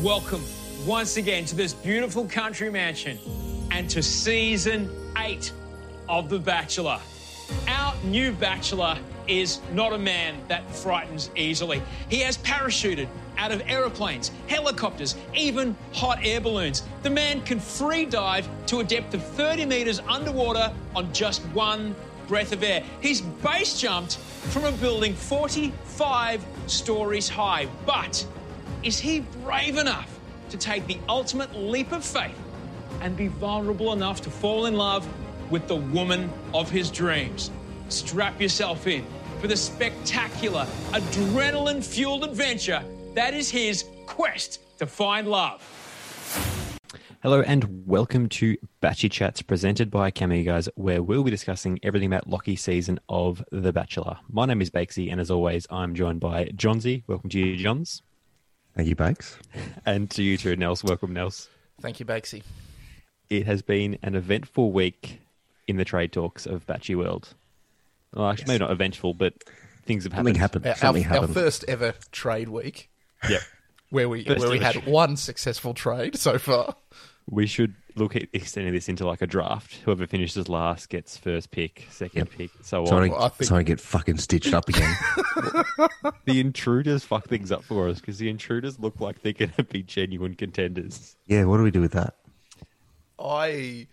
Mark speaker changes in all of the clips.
Speaker 1: Welcome once again to this beautiful country mansion and to season eight of The Bachelor. Our new bachelor is not a man that frightens easily. He has parachuted out of aeroplanes, helicopters, even hot air balloons. The man can free dive to a depth of 30 metres underwater on just one breath of air. He's base jumped from a building 45 stories high. But is he brave enough to take the ultimate leap of faith and be vulnerable enough to fall in love with the woman of his dreams? Strap yourself in for the spectacular, adrenaline fueled adventure that is his quest to find love.
Speaker 2: Hello and welcome to Batchy Chats presented by Camo Guys, where we'll be discussing everything about Lockie's season of The Bachelor. My name is Bakesy, and as always, I'm joined by Johnsy. Welcome to you, Johns.
Speaker 3: Thank you, Bakes.
Speaker 2: And to you too, Nels. Welcome, Nels.
Speaker 4: Thank you, Bakesy.
Speaker 2: It has been an eventful week in the trade talks of Batchy World. Well, actually, maybe not eventful, but things have
Speaker 3: Something
Speaker 2: happened.
Speaker 3: happened.
Speaker 4: Our,
Speaker 3: Something
Speaker 4: our, our
Speaker 3: happened.
Speaker 4: first ever trade week,
Speaker 2: Yep.
Speaker 4: where we
Speaker 2: First
Speaker 4: where we
Speaker 2: ever
Speaker 4: had
Speaker 2: trade.
Speaker 4: one successful trade so far.
Speaker 2: We should look at extending this into like a draft. Whoever finishes last gets first pick, second pick, so
Speaker 3: So I
Speaker 2: on.
Speaker 3: don't-
Speaker 4: I think-
Speaker 3: so I get fucking stitched up again.
Speaker 2: the intruders fuck things up for us because the intruders look like they're going to be genuine contenders.
Speaker 3: yeah, what do we do with that?
Speaker 4: I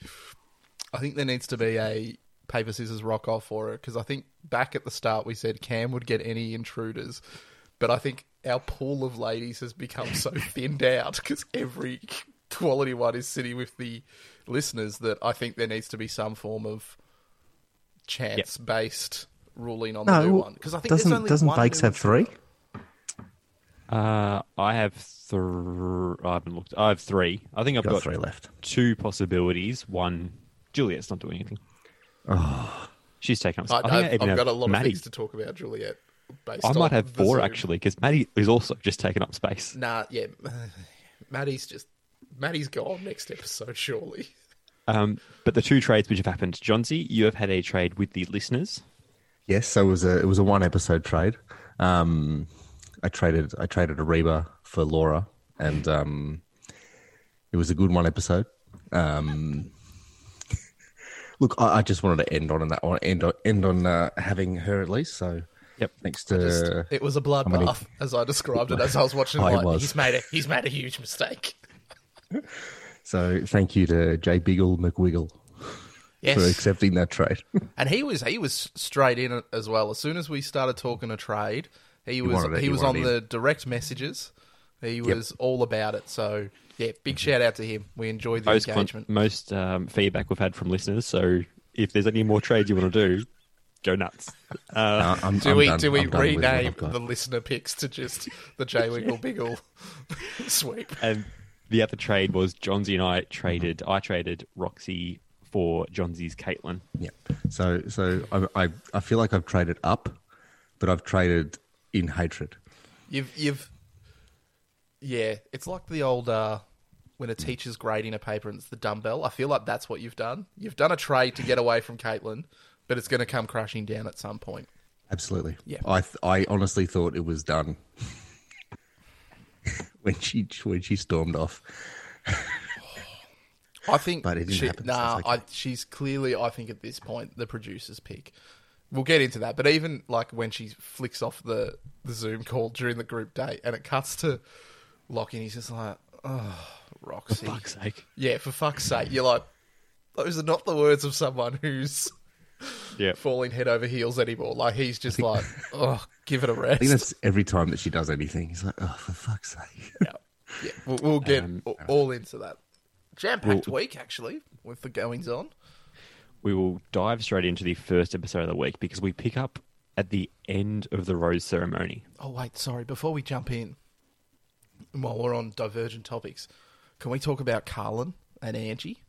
Speaker 4: I think there needs to be a paper scissors rock off or because I think back at the start we said Cam would get any intruders, but I think our pool of ladies has become so thinned out because every quality one is sitting with the listeners that I think there needs to be some form of chance based ruling on the new one because I think there's
Speaker 3: doesn't
Speaker 4: only
Speaker 3: doesn't
Speaker 4: one
Speaker 3: Bakes
Speaker 4: new
Speaker 3: have three?
Speaker 2: Uh, I have thr I haven't looked. I have three. I think I've
Speaker 3: Got
Speaker 2: got,
Speaker 3: three left.
Speaker 2: two possibilities. One, Juliet's not doing anything.
Speaker 3: Oh.
Speaker 2: She's taken up.
Speaker 4: I,
Speaker 2: think
Speaker 4: I
Speaker 2: I
Speaker 4: have
Speaker 2: even have
Speaker 4: got a lot
Speaker 2: Maddie.
Speaker 4: of things to talk about, Juliet. Based
Speaker 2: I might
Speaker 4: on
Speaker 2: have
Speaker 4: the
Speaker 2: four
Speaker 4: Zoom.
Speaker 2: actually because Maddie is also just taken up space.
Speaker 4: Nah, yeah, Maddie's just Maddie's gone next episode, surely.
Speaker 2: Um, but the two trades which have happened, Johnsy, you have had a trade with the listeners.
Speaker 3: Yes, so it was a it was a one episode trade. Um, I traded I traded a Reba for Laura, and um, it was a good one episode. Um, look, I, I just wanted to end on that one end on end on uh, having her at least. So
Speaker 2: Yep.
Speaker 3: thanks to
Speaker 4: Just- it was a
Speaker 3: many-
Speaker 4: bloodbath, as I described it as I was watching.
Speaker 3: Oh, it
Speaker 4: like,
Speaker 3: was.
Speaker 4: He's made a he's made a huge mistake.
Speaker 3: so thank you to Jay Biggle McWiggle for
Speaker 4: Yes,
Speaker 3: accepting that trade.
Speaker 4: and he was he was straight in it as well. As soon as we started talking a trade, he, was
Speaker 3: wanted it,
Speaker 4: he,
Speaker 3: he
Speaker 4: was on
Speaker 3: wanted
Speaker 4: the direct messages. He was all about it. So yeah, big shout out to him. We enjoyed the
Speaker 2: most con-
Speaker 4: engagement.
Speaker 2: most um, feedback we've had from listeners. So if there's any more trades you want to do, go nuts.
Speaker 3: Uh, I'm-
Speaker 4: do
Speaker 3: I'm
Speaker 4: we
Speaker 3: done-
Speaker 4: do we
Speaker 3: I'm done with what I've
Speaker 4: rename
Speaker 3: got.
Speaker 4: the listener picks to just the J Wiggle Biggle sweep?
Speaker 2: And the other trade was Johnsy and I traded. I traded Roxy for Johnsy's Caitlin.
Speaker 3: Yeah. So so I, I I feel like I've traded up, but I've traded in hatred.
Speaker 4: You've you've yeah, it's like the old uh, when a teacher's grading a paper and it's the dumbbell. I feel like that's what you've done. You've done a trade to get away from Caitlin, but it's going to come crashing down at some point.
Speaker 3: Absolutely.
Speaker 4: Yeah.
Speaker 3: I th- I honestly thought it was done when she when she stormed off.
Speaker 4: I think,
Speaker 3: But it didn't
Speaker 4: she,
Speaker 3: happen, so
Speaker 4: Nah,
Speaker 3: it's okay.
Speaker 4: I, she's clearly. I think at this point the producer's pick. We'll get into that, but even like when she flicks off the, the Zoom call during the group date, and it cuts to Lockie, and he's just like, "Oh, Roxy,
Speaker 2: Fuck's sake.
Speaker 4: yeah, for fuck's sake!" You're like, those are not the words of someone who's
Speaker 2: Yeah.
Speaker 4: falling head over heels anymore. Like he's just like, oh, give it a
Speaker 3: I think
Speaker 4: rest.
Speaker 3: that's every time that she does anything. He's like, oh, for fuck's sake.
Speaker 4: Yeah, yeah. We'll, we'll get
Speaker 3: um,
Speaker 4: a- all into that. Jam packed week actually with the goings on.
Speaker 2: We will dive straight into the first episode of the week because we pick up at the end of the rose ceremony.
Speaker 4: Oh wait, sorry. Before we jump in, while we're on divergent topics, can we talk about Carlin and Angie?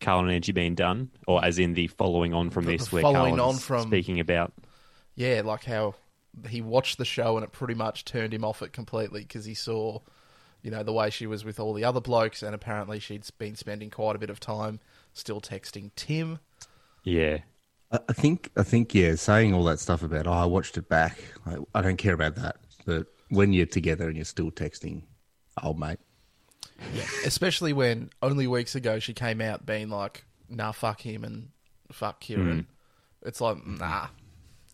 Speaker 2: Carl and Angie being done, or as in the following on from
Speaker 4: The-
Speaker 2: this,
Speaker 4: the
Speaker 2: where
Speaker 4: following
Speaker 2: Carl
Speaker 4: on
Speaker 2: is
Speaker 4: from-
Speaker 2: speaking about
Speaker 4: Yeah, like how he watched the show and it pretty much turned him off it completely because he saw, you know, the way she was with all the other blokes, and apparently she'd been spending quite a bit of time still texting Tim.
Speaker 2: yeah,
Speaker 3: I, I think I think yeah, saying all that stuff about oh, I watched it back. I, I don't care about that. But when you're together and you're still texting old mate.
Speaker 4: Especially when only weeks ago she came out being like, "Nah, fuck him and fuck Kieran."
Speaker 3: Hmm.
Speaker 4: It's like, nah,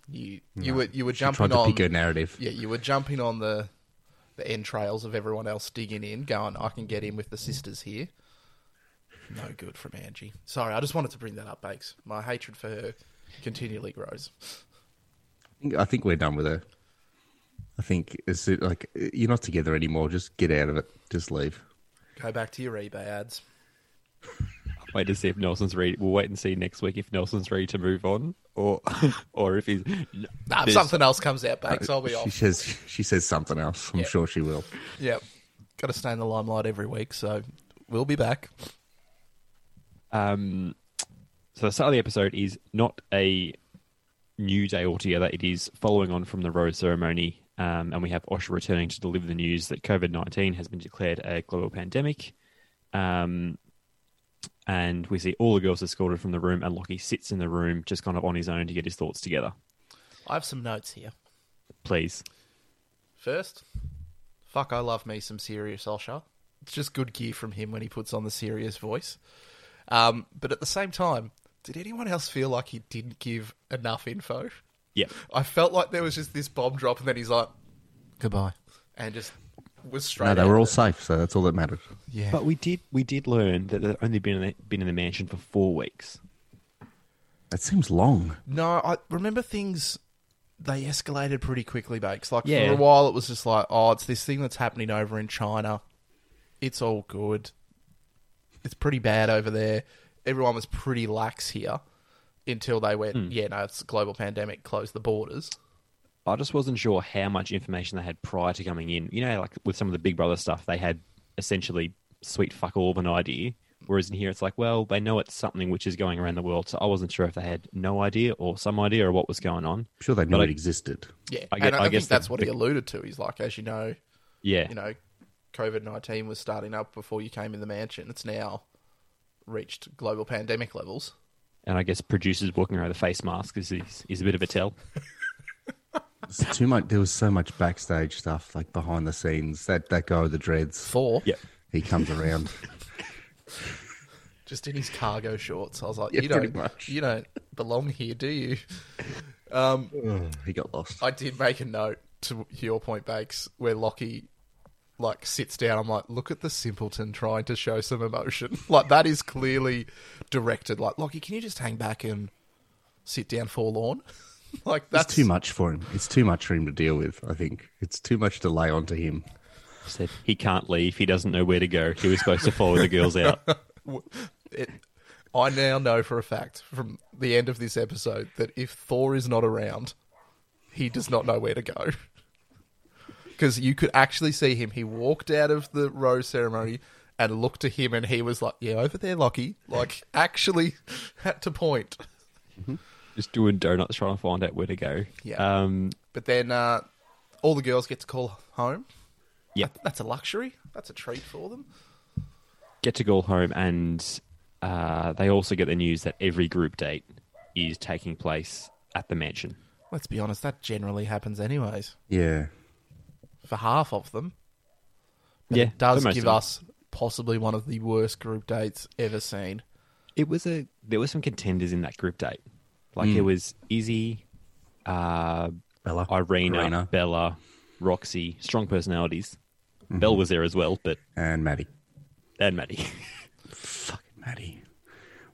Speaker 4: you you were you were
Speaker 3: Trying
Speaker 4: jumping
Speaker 3: to
Speaker 4: on
Speaker 3: pick her narrative.
Speaker 4: yeah, you were jumping on the the entrails of everyone else digging in, going, "I can get in with the sisters here." No good from Angie. Sorry, I just wanted to bring that up, Bakes. My hatred for her continually grows.
Speaker 3: I think- I think we're done with her. I think it's uh, like you're not together anymore. Just get out of it. Just leave.
Speaker 4: Go back to your eBay ads.
Speaker 2: Wait to see if Nelson's ready. We'll wait and see next week if Nelson's ready to move on, or or if he's
Speaker 4: Nah, if
Speaker 2: There's-
Speaker 4: something else comes out, Bakes, I'll be
Speaker 3: she
Speaker 4: off.
Speaker 3: says she says something else. I'm
Speaker 4: Yeah.
Speaker 3: sure she will.
Speaker 4: Yep. Got to stay in the limelight every week, so we'll be back.
Speaker 2: Um, so the start of the episode is not a new day altogether. It is following on from the rose ceremony, um, and we have Osha returning to deliver the news that COVID nineteen has been declared a global pandemic. Um, and we see all the girls escorted from the room, and Lockie sits in the room just kind of on his own to get his thoughts together.
Speaker 4: I have some notes here.
Speaker 2: Please,
Speaker 4: First, fuck, I love me some serious Osha. It's just good gear from him when he puts on the serious voice. Um, but at the same time, did anyone else feel like he didn't give enough info?
Speaker 2: yeah,
Speaker 4: I felt like there was just this bomb drop, and then he's like, "Goodbye," and just was straight.
Speaker 3: No, they
Speaker 4: out
Speaker 3: were all
Speaker 4: of it.
Speaker 3: safe, so that's all that mattered.
Speaker 4: yeah.
Speaker 2: But we did we did learn that they've only been in the, been in the mansion for four weeks.
Speaker 3: That seems long.
Speaker 4: No, I remember things. They escalated pretty quickly, Bakes. Like
Speaker 2: Yeah.
Speaker 4: for a while, it was just like, oh, it's this thing that's happening over in China. It's all good. It's pretty bad over there. Everyone was pretty lax here until they went,
Speaker 2: Hmm.
Speaker 4: yeah, no, it's a global pandemic. Close the borders.
Speaker 2: I just wasn't sure how much information they had prior to coming in. You know, like with some of the Big Brother stuff, they had essentially sweet fuck all of an idea. Whereas in here, it's like, well, they know it's something which is going around the world. So I wasn't sure if they had no idea or some idea or what was going on.
Speaker 3: I'm sure they knew
Speaker 2: But I-
Speaker 3: it existed.
Speaker 4: Yeah,
Speaker 2: I
Speaker 4: and
Speaker 2: get-
Speaker 4: I,
Speaker 2: I
Speaker 4: think
Speaker 2: guess the-
Speaker 4: that's what he alluded to. He's like, as you know,
Speaker 2: Yeah,
Speaker 4: you know, COVID nineteen was starting up before you came in the mansion. It's now reached global pandemic levels.
Speaker 2: and I guess producers walking around with a face mask is, is is a bit of a tell.
Speaker 3: It's too much. There was so much backstage stuff, like behind the scenes. That that guy with the dreads,
Speaker 4: Four.
Speaker 2: Yep.
Speaker 3: he comes around.
Speaker 4: just in his cargo shorts. I was like,
Speaker 3: Yeah,
Speaker 4: you
Speaker 3: pretty
Speaker 4: don't,
Speaker 3: much.
Speaker 4: you don't belong here, do you?
Speaker 3: he got lost.
Speaker 4: I did make a note to your point, Bakes, where Lockie like sits down. I'm like, look at the simpleton trying to show some emotion. like that is clearly directed. Like Lockie, can you just hang back and sit down forlorn? like that's
Speaker 3: It's too much for him. It's too much for him to deal with. I think it's too much to lay onto him.
Speaker 2: Said he can't leave. He doesn't know where to go. He was supposed to follow the girls out.
Speaker 4: It, I now know for a fact from the end of this episode that if Thor is not around, he does not know where to go. Because you could actually see him. He walked out of the rose ceremony and looked to him, and he was like, "Yeah, over there, Lockie." Like, actually, had to point.
Speaker 2: Just doing donuts, trying to find out where to go.
Speaker 4: Yeah.
Speaker 2: Um,
Speaker 4: But then uh, all the girls get to call home.
Speaker 2: yeah.
Speaker 4: That's a luxury. That's a treat for them.
Speaker 2: get to go home, and uh, they also get the news that every group date is taking place at the mansion.
Speaker 4: Let's be honest. That generally happens, anyways,
Speaker 3: Yeah,
Speaker 4: for half of them.
Speaker 2: yeah,
Speaker 4: it does
Speaker 2: for most
Speaker 4: give
Speaker 2: of it.
Speaker 4: us possibly one of the worst group dates ever seen.
Speaker 2: It was a there were some contenders in that group date, like it was Izzy, uh,
Speaker 3: Bella,
Speaker 2: Irina,
Speaker 3: Irina.
Speaker 2: Bella, Roxy, strong personalities. Belle was there as well, but
Speaker 3: and Maddie.
Speaker 2: and Maddie.
Speaker 3: Fucking Maddie.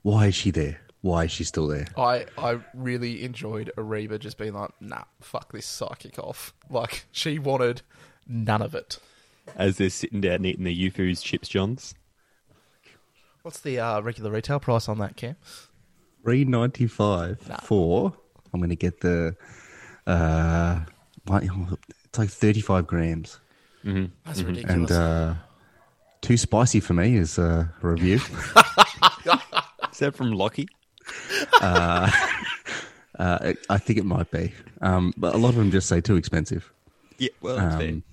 Speaker 3: Why is she there? Why is she still there?
Speaker 4: I, I really enjoyed Ariba just being like, nah, fuck this psychic off. Like, she wanted none of it.
Speaker 2: as they're sitting down and eating their Yufu's chips, Johns.
Speaker 4: What's the uh, regular retail price on that, Cam?
Speaker 3: Three ninety five for. I'm gonna get the. Uh, what- it's like thirty five grams,
Speaker 4: That's
Speaker 2: Mm-hmm.
Speaker 3: and
Speaker 4: ridiculous.
Speaker 3: uh, too spicy for me is a review.
Speaker 2: Is that from Lockie?
Speaker 3: uh, it- I think it might be, um, but a lot of them just say too expensive.
Speaker 2: Yeah, well, that's fair.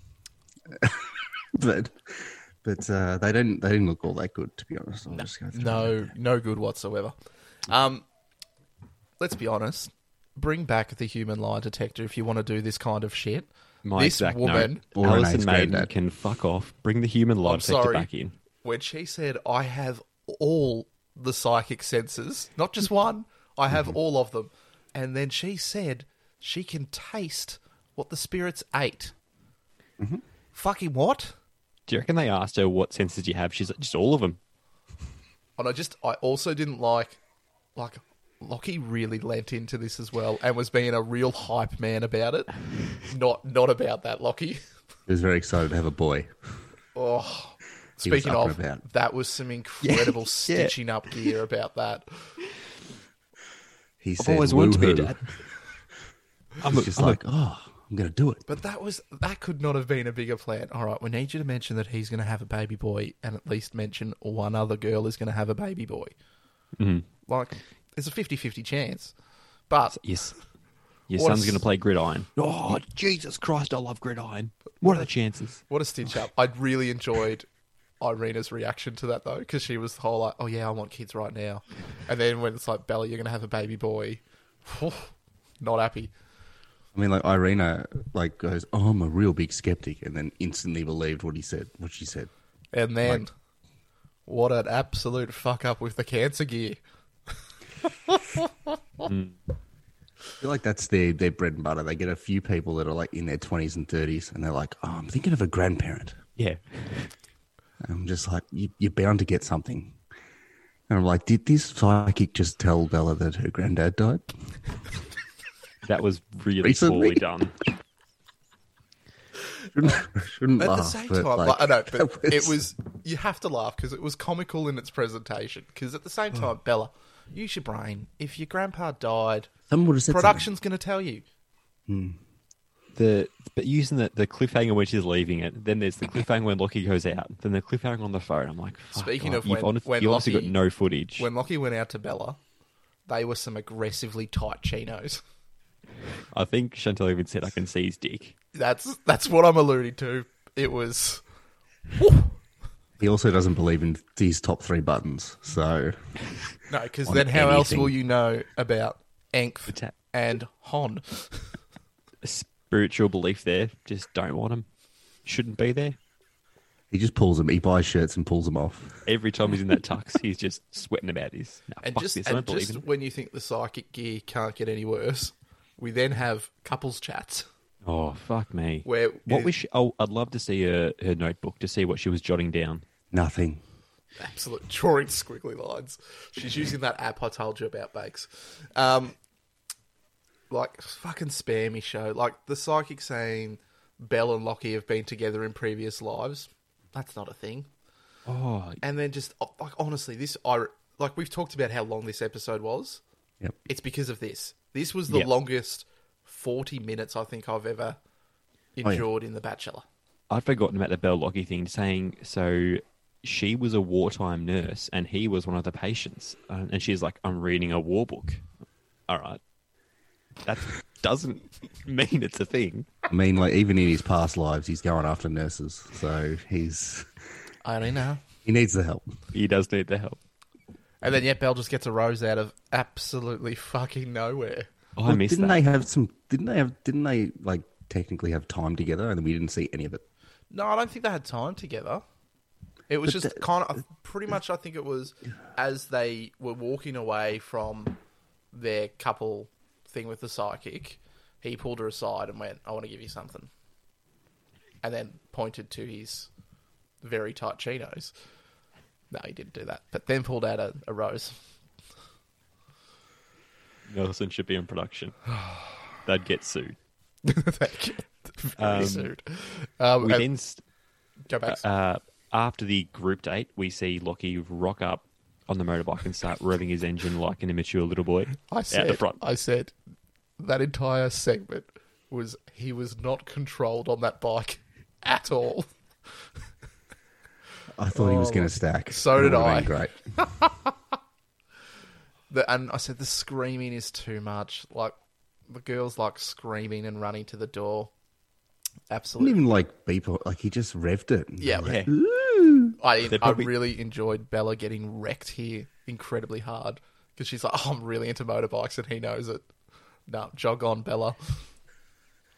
Speaker 3: But but uh, they didn't they didn't look all that good to be honest. I'm just gonna throw it out
Speaker 4: no,
Speaker 3: there.
Speaker 4: no good whatsoever. Um, let's be honest. Bring back the human lie detector if you want to do this kind of shit.
Speaker 2: My
Speaker 4: This
Speaker 2: exact
Speaker 4: woman-
Speaker 2: note.
Speaker 3: Or Renee's
Speaker 2: Alison Maiden
Speaker 3: granddad.
Speaker 2: can fuck off. Bring the human
Speaker 4: I'm
Speaker 2: live sector
Speaker 4: sorry.
Speaker 2: back in.
Speaker 4: When she said, I have all the psychic senses, not just one, I have
Speaker 3: Mm-hmm.
Speaker 4: all of them. And then she said she can taste what the spirits ate.
Speaker 3: Mm-hmm.
Speaker 4: Fucking what?
Speaker 2: Do you reckon they asked her what senses do you have? She's like, just all of them.
Speaker 4: And I just, I also didn't like, like, Lockie really lent into this as well and was being a real hype man about it. Not, not about that, Lockie.
Speaker 3: He was very excited to have a boy.
Speaker 4: Oh,
Speaker 3: was
Speaker 4: speaking
Speaker 3: up
Speaker 4: of,
Speaker 3: and about.
Speaker 4: that was some incredible stitching up gear about that.
Speaker 3: He
Speaker 2: I've
Speaker 3: said,
Speaker 2: always wanted to be a
Speaker 3: "Woohoo."
Speaker 2: dad.
Speaker 3: I'm just like, oh, I'm gonna do it.
Speaker 4: But that was that could not have been a bigger plan. All right, we need you to mention that he's going to have a baby boy, and at least mention one other girl is going to have a baby boy. Like, there's a 50-50 chance. But
Speaker 2: Yes. Your
Speaker 4: What a
Speaker 2: son's going to
Speaker 4: s-
Speaker 2: play gridiron. Oh, Jesus Christ, I love gridiron. What are the chances?
Speaker 4: what a stitch up! I really enjoyed Irina's reaction to that though, because she was the whole like, "Oh yeah, I want kids right now," and then when it's like, "Bella, you're going to have a baby boy," not happy.
Speaker 3: I mean, like Irina, like goes, oh, I'm a real big skeptic, and then instantly believed what he said, what she said.
Speaker 4: And then, what an absolute fuck up with the cancer gear.
Speaker 3: I feel like that's their their bread and butter. They get a few people that are like in their twenties and thirties, and they're like, oh, I'm thinking of a grandparent.
Speaker 2: Yeah.
Speaker 3: And I'm just like, you, you're bound to get something. And I'm like, did this psychic just tell Bella that her granddad died?
Speaker 2: That was really poorly
Speaker 3: Recently.
Speaker 2: done.
Speaker 3: Shouldn't, shouldn't
Speaker 4: At
Speaker 3: laugh,
Speaker 4: the same
Speaker 3: but,
Speaker 4: time, like, I know, but
Speaker 3: that
Speaker 4: it was you have to laugh because it was comical in its presentation. Because at the same time, Bella, use your brain. If your grandpa died,
Speaker 3: someone would have said something.
Speaker 4: production's going to tell you.
Speaker 2: The but using the, the cliffhanger when she's leaving it, then there's the cliffhanger when Lockie goes out, then the cliffhanger on the phone. I'm like, fuck,
Speaker 4: Speaking
Speaker 2: God,
Speaker 4: of
Speaker 2: you've
Speaker 4: when-
Speaker 2: honest-
Speaker 4: when
Speaker 2: you obviously
Speaker 4: Lockie-
Speaker 2: got no footage.
Speaker 4: When Lockie went out to Bella, they were some aggressively tight chinos.
Speaker 2: I think Chantel even said I can see his dick.
Speaker 4: That's that's what I'm alluding to. It was
Speaker 3: He also doesn't believe in these top three buttons. So
Speaker 4: no, because
Speaker 3: On
Speaker 4: then how else
Speaker 3: anything.
Speaker 4: will you know about Ength
Speaker 2: tap.
Speaker 4: and Hon?
Speaker 2: Spiritual belief there, just don't want him. Shouldn't be there.
Speaker 3: he just pulls them. He buys shirts and pulls them off.
Speaker 2: Every time he's in that tux, he's just sweating about this. Nah,
Speaker 4: And
Speaker 2: fuck
Speaker 4: just
Speaker 2: this, I
Speaker 4: and
Speaker 2: don't believe
Speaker 4: just
Speaker 2: in it.
Speaker 4: when you think the psychic gear can't get any worse, we then have couples chats.
Speaker 2: Oh fuck me!
Speaker 4: Where-
Speaker 2: what was she? Oh, I'd love to see her her notebook to see what she was jotting down.
Speaker 3: Nothing.
Speaker 4: absolute drawing squiggly lines. She's using that app I told you about, Bakes. Um, like fucking spammy show. Like the psychic saying Bell and Lockie have been together in previous lives. That's not a thing.
Speaker 2: Oh,
Speaker 4: And then just oh, like honestly, this I like we've talked about how long this episode was.
Speaker 3: Yep.
Speaker 4: It's because of this. This was the
Speaker 2: Yep.
Speaker 4: longest forty minutes I think I've ever
Speaker 3: yeah.
Speaker 4: endured in The Bachelor.
Speaker 2: I'd forgotten about the Bell Lockie thing. Saying so, she was a wartime nurse and he was one of the patients. Uh, And she's like, "I'm reading a war book." All right, that doesn't mean it's a thing.
Speaker 3: I mean, like even in his past lives, he's going after nurses. So he's
Speaker 4: I don't know.
Speaker 3: he needs the help.
Speaker 2: He does need the help.
Speaker 4: And then yet Bell just gets a rose out of absolutely fucking nowhere.
Speaker 2: Oh, I
Speaker 3: Well,
Speaker 2: missed
Speaker 3: didn't
Speaker 2: that.
Speaker 3: they have some? Didn't they have? Didn't they like technically have time together? And we didn't see any of it.
Speaker 4: No, I don't think they had time together. It was
Speaker 3: But
Speaker 4: just
Speaker 3: the- uh,
Speaker 4: kind of pretty much. I think it was as they were walking away from their couple thing with the psychic. He pulled her aside and went, "I want to give you something," and then pointed to his very tight chinos. No, he didn't do that. But then pulled out a, a rose.
Speaker 2: Nelson should be in production. They'd get sued.
Speaker 4: Thank you. Very sued. Um,
Speaker 2: We
Speaker 4: and-
Speaker 2: then st-
Speaker 4: go back.
Speaker 2: uh, after the group date, we see Lockie rock up on the motorbike and start revving his engine like an immature little boy
Speaker 4: I said,
Speaker 2: out the front.
Speaker 4: I said that entire segment was he was not controlled on that bike at all.
Speaker 3: I thought he
Speaker 2: Oh,
Speaker 3: was going to stack.
Speaker 4: so
Speaker 3: That
Speaker 4: did
Speaker 3: would've been
Speaker 4: I.
Speaker 3: Great.
Speaker 4: The, and I said the screaming is too much. Like the girls like screaming and running to the door.
Speaker 3: Didn't
Speaker 4: Absolutely.
Speaker 3: even like beep. or- Like he just revved it.
Speaker 4: Yeah.
Speaker 2: Yeah.
Speaker 4: I
Speaker 2: probably-
Speaker 4: I really enjoyed Bella getting wrecked here incredibly hard because she's like, oh, I'm really into motorbikes and he knows it. No, jog on, Bella.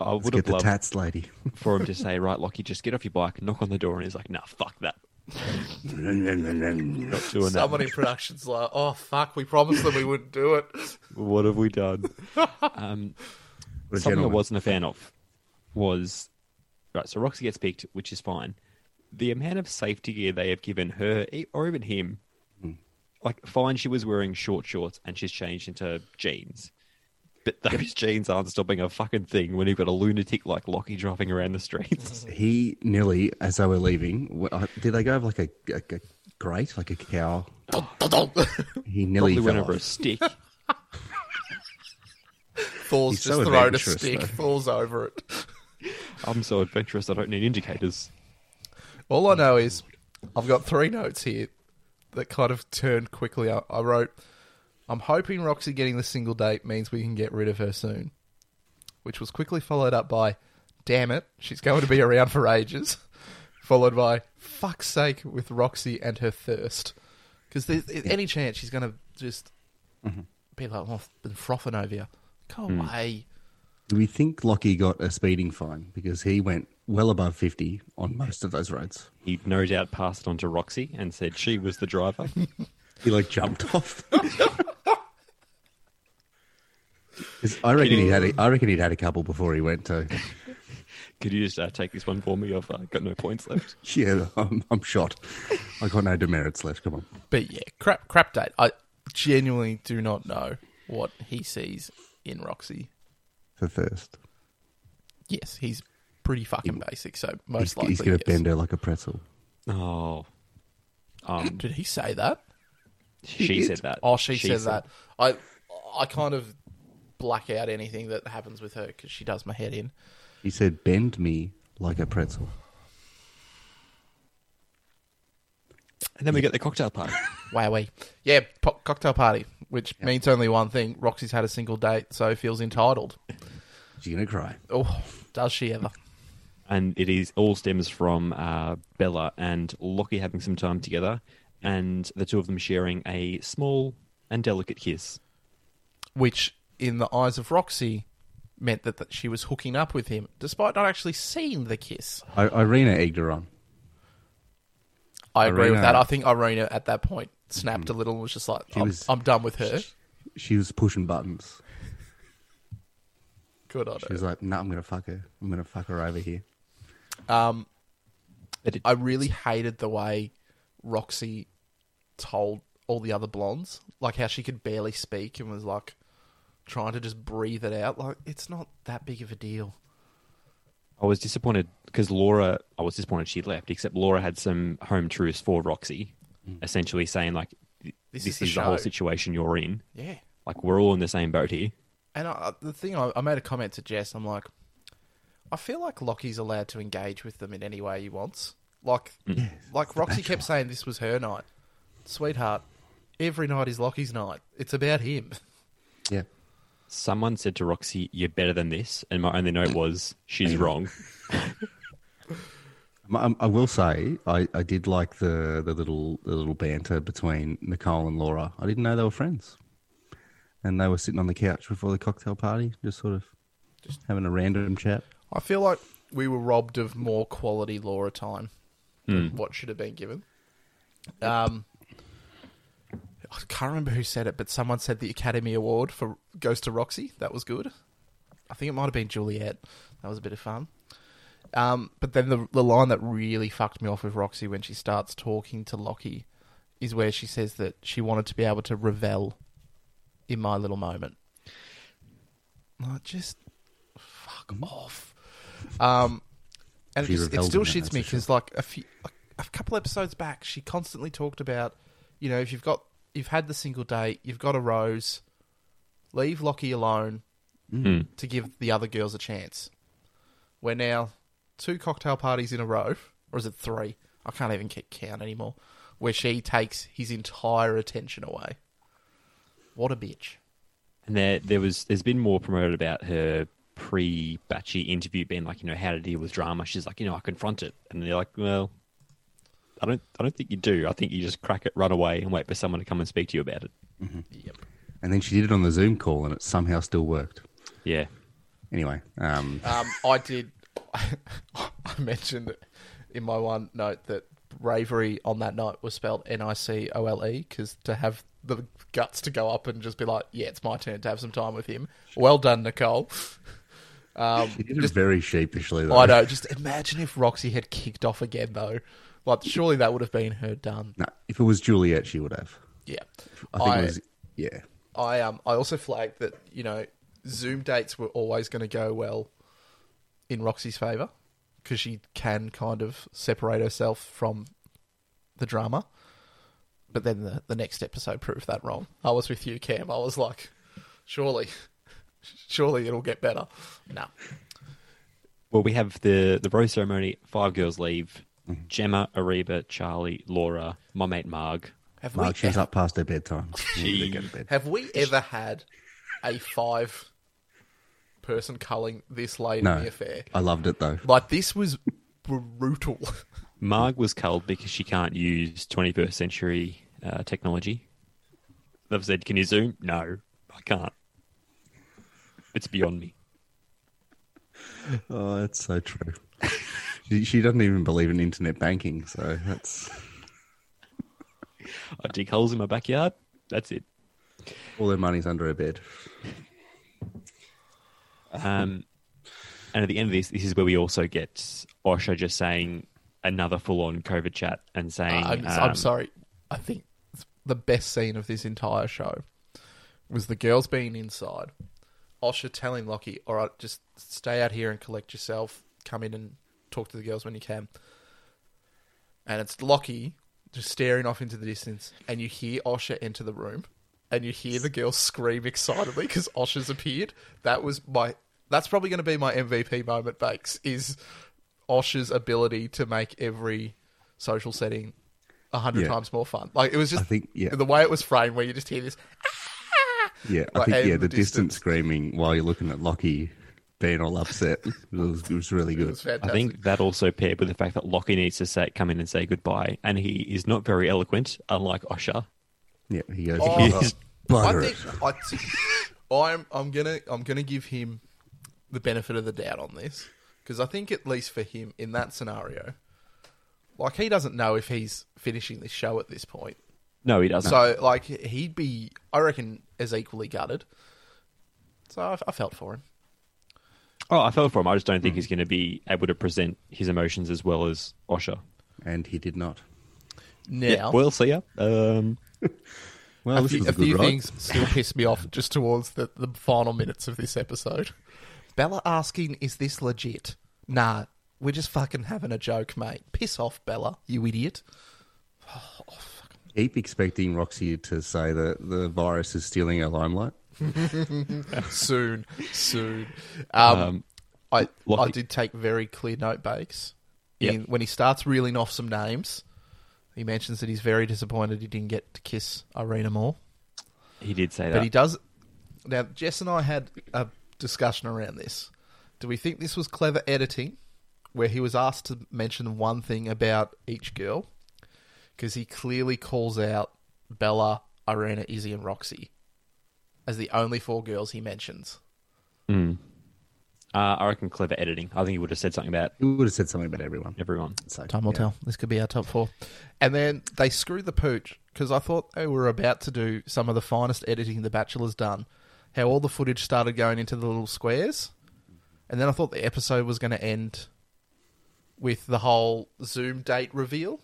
Speaker 2: I would
Speaker 3: Let's get
Speaker 2: have
Speaker 3: the
Speaker 2: loved
Speaker 3: tats, lady.
Speaker 2: for him to say, right, Lockie, just get off your bike, knock on the door, and he's like, nah, fuck that. Not doing
Speaker 4: Someone in production's like, oh fuck, we promised them we wouldn't do it.
Speaker 2: that. What have we done? Um,
Speaker 3: What a
Speaker 2: something I
Speaker 3: gentleman.
Speaker 2: wasn't a fan of was right. So Roxy gets picked, which is fine. The amount of safety gear they have given her, e- or even him,
Speaker 3: Hmm.
Speaker 2: like fine, she was wearing short shorts and she's changed into jeans. But those jeans aren't stopping a fucking thing when you've got a lunatic like Lockie driving around the streets.
Speaker 3: He nearly, as they were leaving, wh- uh, did they go over like a, a, a grate, like a cow? He
Speaker 2: Probably
Speaker 3: nearly fell
Speaker 2: went over a
Speaker 3: off.
Speaker 2: stick.
Speaker 4: Thor's
Speaker 3: He's
Speaker 4: just
Speaker 3: so
Speaker 4: thrown a
Speaker 3: adventurous,
Speaker 4: stick,
Speaker 3: though.
Speaker 4: falls over it.
Speaker 2: I'm so adventurous, I don't need indicators.
Speaker 4: All I know is I've got three notes here that kind of turned quickly. I, I wrote, I'm hoping Roxy getting the single date means we can get rid of her soon, which was quickly followed up by, damn it, she's going to be around for ages, followed by, fuck's sake, with Roxy and her thirst. Because there's there's any chance she's going to just
Speaker 3: Mm-hmm.
Speaker 4: be like, oh, I've been frothing over you. Go
Speaker 3: Hmm.
Speaker 4: away.
Speaker 3: Do we think Lockie got a speeding fine because he went well above 50 on most of those roads?
Speaker 2: He no doubt passed it on to Roxy and said she was the driver.
Speaker 3: He like jumped off. 'Cause I reckon he had. A, I reckon he'd had a couple before he went to.
Speaker 2: Could you just uh, take this one for me? I've uh, got no points left.
Speaker 3: Yeah, I'm, I'm shot. I got no demerits left. Come on.
Speaker 4: But yeah, crap, crap date. I genuinely do not know what he sees in Roxy.
Speaker 3: The first.
Speaker 4: Yes, he's pretty fucking basic. So
Speaker 3: He's,
Speaker 4: most likely,
Speaker 3: he's going to
Speaker 4: yes.
Speaker 3: bend her like a pretzel.
Speaker 2: Oh, um,
Speaker 4: Did he say that?
Speaker 2: she said that.
Speaker 4: Oh, she, said
Speaker 2: said-
Speaker 4: that. I I kind of black out anything that happens with her because she does my head in.
Speaker 3: He said, "Bend me like a pretzel."
Speaker 2: And then we get the cocktail party.
Speaker 4: Wowee. Yeah, po- cocktail party, which means only one thing. Roxy's had a single date, so feels entitled.
Speaker 3: She's going to cry.
Speaker 4: Oh, does she ever?
Speaker 2: and it is all stems from uh, Bella and Lockie having some time together, and the two of them sharing a small and delicate kiss.
Speaker 4: Which, in the eyes of Roxy, meant that, that she was hooking up with him, despite not actually seeing the kiss.
Speaker 3: I, Irina egged her on.
Speaker 4: I agree
Speaker 3: Irina-
Speaker 4: with
Speaker 3: Mm.
Speaker 4: that. I think Irina at that point snapped a little and was just like, I'm,
Speaker 3: was-
Speaker 4: I'm done with her.
Speaker 3: She was pushing buttons.
Speaker 4: Good on
Speaker 3: She
Speaker 4: her.
Speaker 3: was like, "No, I'm going to fuck her. I'm going to fuck her over here."
Speaker 4: Um,
Speaker 2: But it-
Speaker 4: I really hated the way Roxy told all the other blondes, like how she could barely speak and was like trying to just breathe it out. Like it's not that big of a deal.
Speaker 2: I was disappointed because Laura, I was disappointed she left, except Laura had some home truths for Roxy, essentially saying, like, th-
Speaker 4: Mm. This
Speaker 2: this,
Speaker 4: is
Speaker 2: is,
Speaker 4: the
Speaker 2: the whole
Speaker 4: show.
Speaker 2: situation you're in.
Speaker 4: Yeah.
Speaker 2: Like, we're all in the same boat here.
Speaker 4: And I, the thing I, I made a comment to Jess. I'm like, I feel like Lockie's allowed to engage with them in any way he wants. Like, like Roxy kept saying this was her night, sweetheart. Every night is Lockie's night. It's about him.
Speaker 3: Yeah.
Speaker 2: Someone said to Roxy, You're better than this. And my only note was, She's wrong.
Speaker 3: um, I, I will say I, I did like the, the little the little banter between Nicole and Laura. I didn't know they were friends, and they were sitting on the couch before the cocktail party, just sort of just having a random chat.
Speaker 4: I feel like we were robbed of more quality Laura time than what should have been given. Um, I can't remember who said it, but someone said the Academy Award for goes to Roxy. That was good. I think it might have been Juliet. That was a bit of fun. Um, but then the the line that really fucked me off with Roxy when she starts talking to Lockie is where she says that she wanted to be able to revel in my little moment. Like, just fuck off. Um, and it,
Speaker 3: Hmm? She
Speaker 4: just, it
Speaker 3: revelled
Speaker 4: still
Speaker 3: in that,
Speaker 4: shits
Speaker 3: that's
Speaker 4: me
Speaker 3: for sure.
Speaker 4: because like a few, a, a couple episodes back, she constantly talked about, you know, if you've got, you've had the single date, you've got a rose, leave Lockie alone
Speaker 3: Hmm.
Speaker 4: to give the other girls a chance. We're now two cocktail parties in a row, or is it three? I can't even keep count anymore. Where she takes his entire attention away. What a bitch.
Speaker 2: And there, there was, there's been more promoted about her pre-Batchy interview being like, you know, how to deal with drama. She's like, you know, I confront it, and they're like, well, I don't, I don't think you do. I think you just crack it, run away, and wait for someone to come and speak to you about it.
Speaker 4: Yep.
Speaker 3: And then she did it on the Zoom call, and it somehow still worked.
Speaker 2: Yeah,
Speaker 3: Anyway, um,
Speaker 4: Um, I did. I mentioned in my one note that bravery on that night was spelled N I C O L E because to have the guts to go up and just be like, "Yeah, it's my turn to have some time with him." Well done, Nicole. Um,
Speaker 3: he did it very sheepishly. Though.
Speaker 4: I know. Just imagine if Roxy had kicked off again, though. Like, surely that would have been her done.
Speaker 3: No, if it was Juliet, she would have.
Speaker 4: Yeah.
Speaker 3: I think it was. Yeah,
Speaker 4: I um I also flagged that you know Zoom dates were always going to go well in Roxy's favor because she can kind of separate herself from the drama. But then the, the next episode proved that wrong. I was with you, Cam. I was like, surely, surely it'll get better. No,
Speaker 2: Well, we have the the rose ceremony. Five girls leave. Gemma, Ariba, Charlie, Laura, my mate Marg.
Speaker 4: have
Speaker 3: Mark,
Speaker 4: we
Speaker 3: she's
Speaker 4: ever,
Speaker 3: up past her bedtime. They go to bed.
Speaker 4: have we ever had a five person culling this late
Speaker 3: No,
Speaker 4: in the affair?
Speaker 3: I loved it though.
Speaker 4: Like this was brutal.
Speaker 2: Marg was culled because she can't use 21st century uh, technology. They've said, "Can you zoom?" No, I can't. It's beyond me.
Speaker 3: Oh, that's so true. she, she doesn't even believe in internet banking, so that's
Speaker 2: I dig holes in my backyard. That's it.
Speaker 3: all their money's under her bed.
Speaker 2: Um, and at the end of this, this is where we also get Osha just saying another full-on COVID chat and saying,
Speaker 4: Uh, I'm,
Speaker 2: um,
Speaker 4: I'm sorry. I think the best scene of this entire show was the girls being inside. Osha telling Lockie, all right, just stay out here and collect yourself. Come in and talk to the girls when you can. And it's Lockie just staring off into the distance. And you hear Osha enter the room. And you hear the girls scream excitedly because Osha's appeared. That was my. That's probably going to be my MVP moment, Bakes, is Osha's ability to make every social setting a hundred
Speaker 3: Yeah.
Speaker 4: times more fun. Like, it was just
Speaker 3: I think, yeah.
Speaker 4: the way it was framed where you just hear this
Speaker 3: Yeah, I
Speaker 4: Like,
Speaker 3: think
Speaker 4: and
Speaker 3: yeah, the
Speaker 4: the
Speaker 3: distant
Speaker 4: distance.
Speaker 3: screaming while you're looking at Lockie being all upset it was, it was really
Speaker 4: It
Speaker 3: good.
Speaker 4: was
Speaker 2: I
Speaker 4: fantastic.
Speaker 2: think that also paired with the fact that Lockie needs to say, come in and say goodbye, and he is not very eloquent, unlike Osha.
Speaker 3: Yeah, he goes.
Speaker 4: Oh,
Speaker 3: "Oh,
Speaker 4: I
Speaker 3: butter it."
Speaker 4: think I am I'm gonna I'm gonna give him the benefit of the doubt on this because I think at least for him in that scenario, like he doesn't know if he's finishing this show at this point.
Speaker 2: No, he doesn't.
Speaker 4: So like he'd be I reckon as equally gutted. So I, I felt for him.
Speaker 2: oh, I fell for him. I just don't think he's going to be able to present his emotions as well as Osha.
Speaker 3: and he did not.
Speaker 4: Now
Speaker 2: We'll see ya. Um,
Speaker 3: Well,
Speaker 4: a
Speaker 3: this
Speaker 4: few,
Speaker 3: was a,
Speaker 4: a
Speaker 3: good
Speaker 4: few
Speaker 3: ride.
Speaker 4: things still piss me off just towards the, the final minutes of this episode. Bella asking, "Is this legit?" Nah, we're just fucking having a joke, mate. Piss off, Bella, you idiot.
Speaker 3: Keep expecting Roxy to say that the virus is stealing her limelight.
Speaker 4: Soon, soon. Um, I I
Speaker 2: Lockie-
Speaker 4: did take very clear note, Bakes.
Speaker 2: Yep.
Speaker 4: In, when he starts reeling off some names, he mentions that he's very disappointed he didn't get to kiss Irina more.
Speaker 2: he did say that.
Speaker 4: But he does. Now, Jess and I had a discussion around this. Do we think this was clever editing, where he was asked to mention one thing about each girl? Because he clearly calls out Bella, Irena, Izzy, and Roxy as the only four girls he mentions.
Speaker 2: Uh, I reckon clever editing. I think he would have said something about
Speaker 3: He would have said something about everyone.
Speaker 2: everyone.
Speaker 3: So,
Speaker 4: Time will
Speaker 3: yeah.
Speaker 4: tell. This could be our top four. And then they screw the pooch because I thought they were about to do some of the finest editing The Bachelor's done. How all the footage started going into the little squares. And then I thought the episode was going to end with the whole Zoom date reveal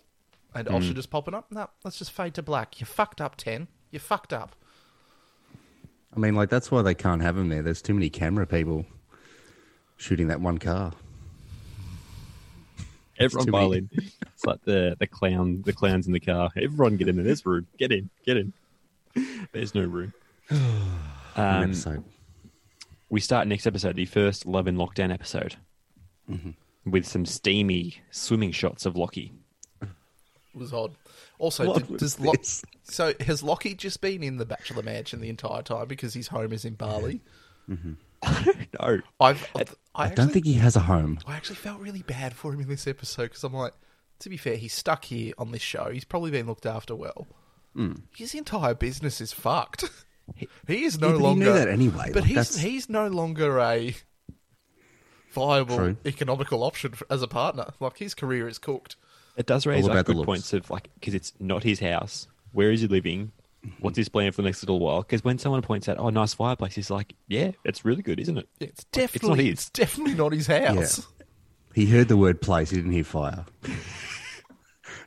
Speaker 4: and
Speaker 3: Mm.
Speaker 4: Osha just popping up. No, let's just fade to black. You fucked up, 10. You fucked up.
Speaker 3: I mean, like that's why they can't have him there. There's too many camera people shooting that one car.
Speaker 2: Everyone
Speaker 3: too
Speaker 2: pile
Speaker 3: many.
Speaker 2: in. It's like the, the clown, the clowns in the car. Everyone get into this room. Get in, get in. There's no room.
Speaker 3: An
Speaker 2: Um,
Speaker 3: episode.
Speaker 2: we start next episode, the first Love in Lockdown episode, Mm-hmm. with some steamy swimming shots of Lockie.
Speaker 4: It was odd. Also,
Speaker 3: What
Speaker 4: did-
Speaker 3: was
Speaker 4: does Lock
Speaker 3: this?
Speaker 4: so has Lockie just been in the Bachelor Mansion the entire time because his home is in Bali?
Speaker 2: No,
Speaker 4: I've, I,
Speaker 3: I
Speaker 4: actually-
Speaker 3: don't think he has a home.
Speaker 4: I actually felt really bad for him in this episode because I'm like, to be fair, he's stuck here on this show. He's probably been looked after well. His entire business is fucked. he is no
Speaker 3: Yeah, but Mm. he
Speaker 4: longer
Speaker 3: knew that anyway,
Speaker 4: But
Speaker 3: like,
Speaker 4: he's
Speaker 3: that's-
Speaker 4: he's no longer a viable
Speaker 3: True.
Speaker 4: economical option for, as a partner. Like his career is cooked.
Speaker 2: It does raise
Speaker 3: All
Speaker 2: like,
Speaker 3: about the
Speaker 2: good
Speaker 3: looks.
Speaker 2: points of like because it's not his house. Where is he living?
Speaker 3: Mm-hmm.
Speaker 2: What's his plan for the next little while? Because when someone points out, "Oh, nice fireplace," he's like, "Yeah, it's really good, isn't it?"
Speaker 4: It's
Speaker 2: Like, it's
Speaker 4: definitely
Speaker 2: not his.
Speaker 4: it's definitely not his house.
Speaker 3: He heard the word place. He didn't hear fire.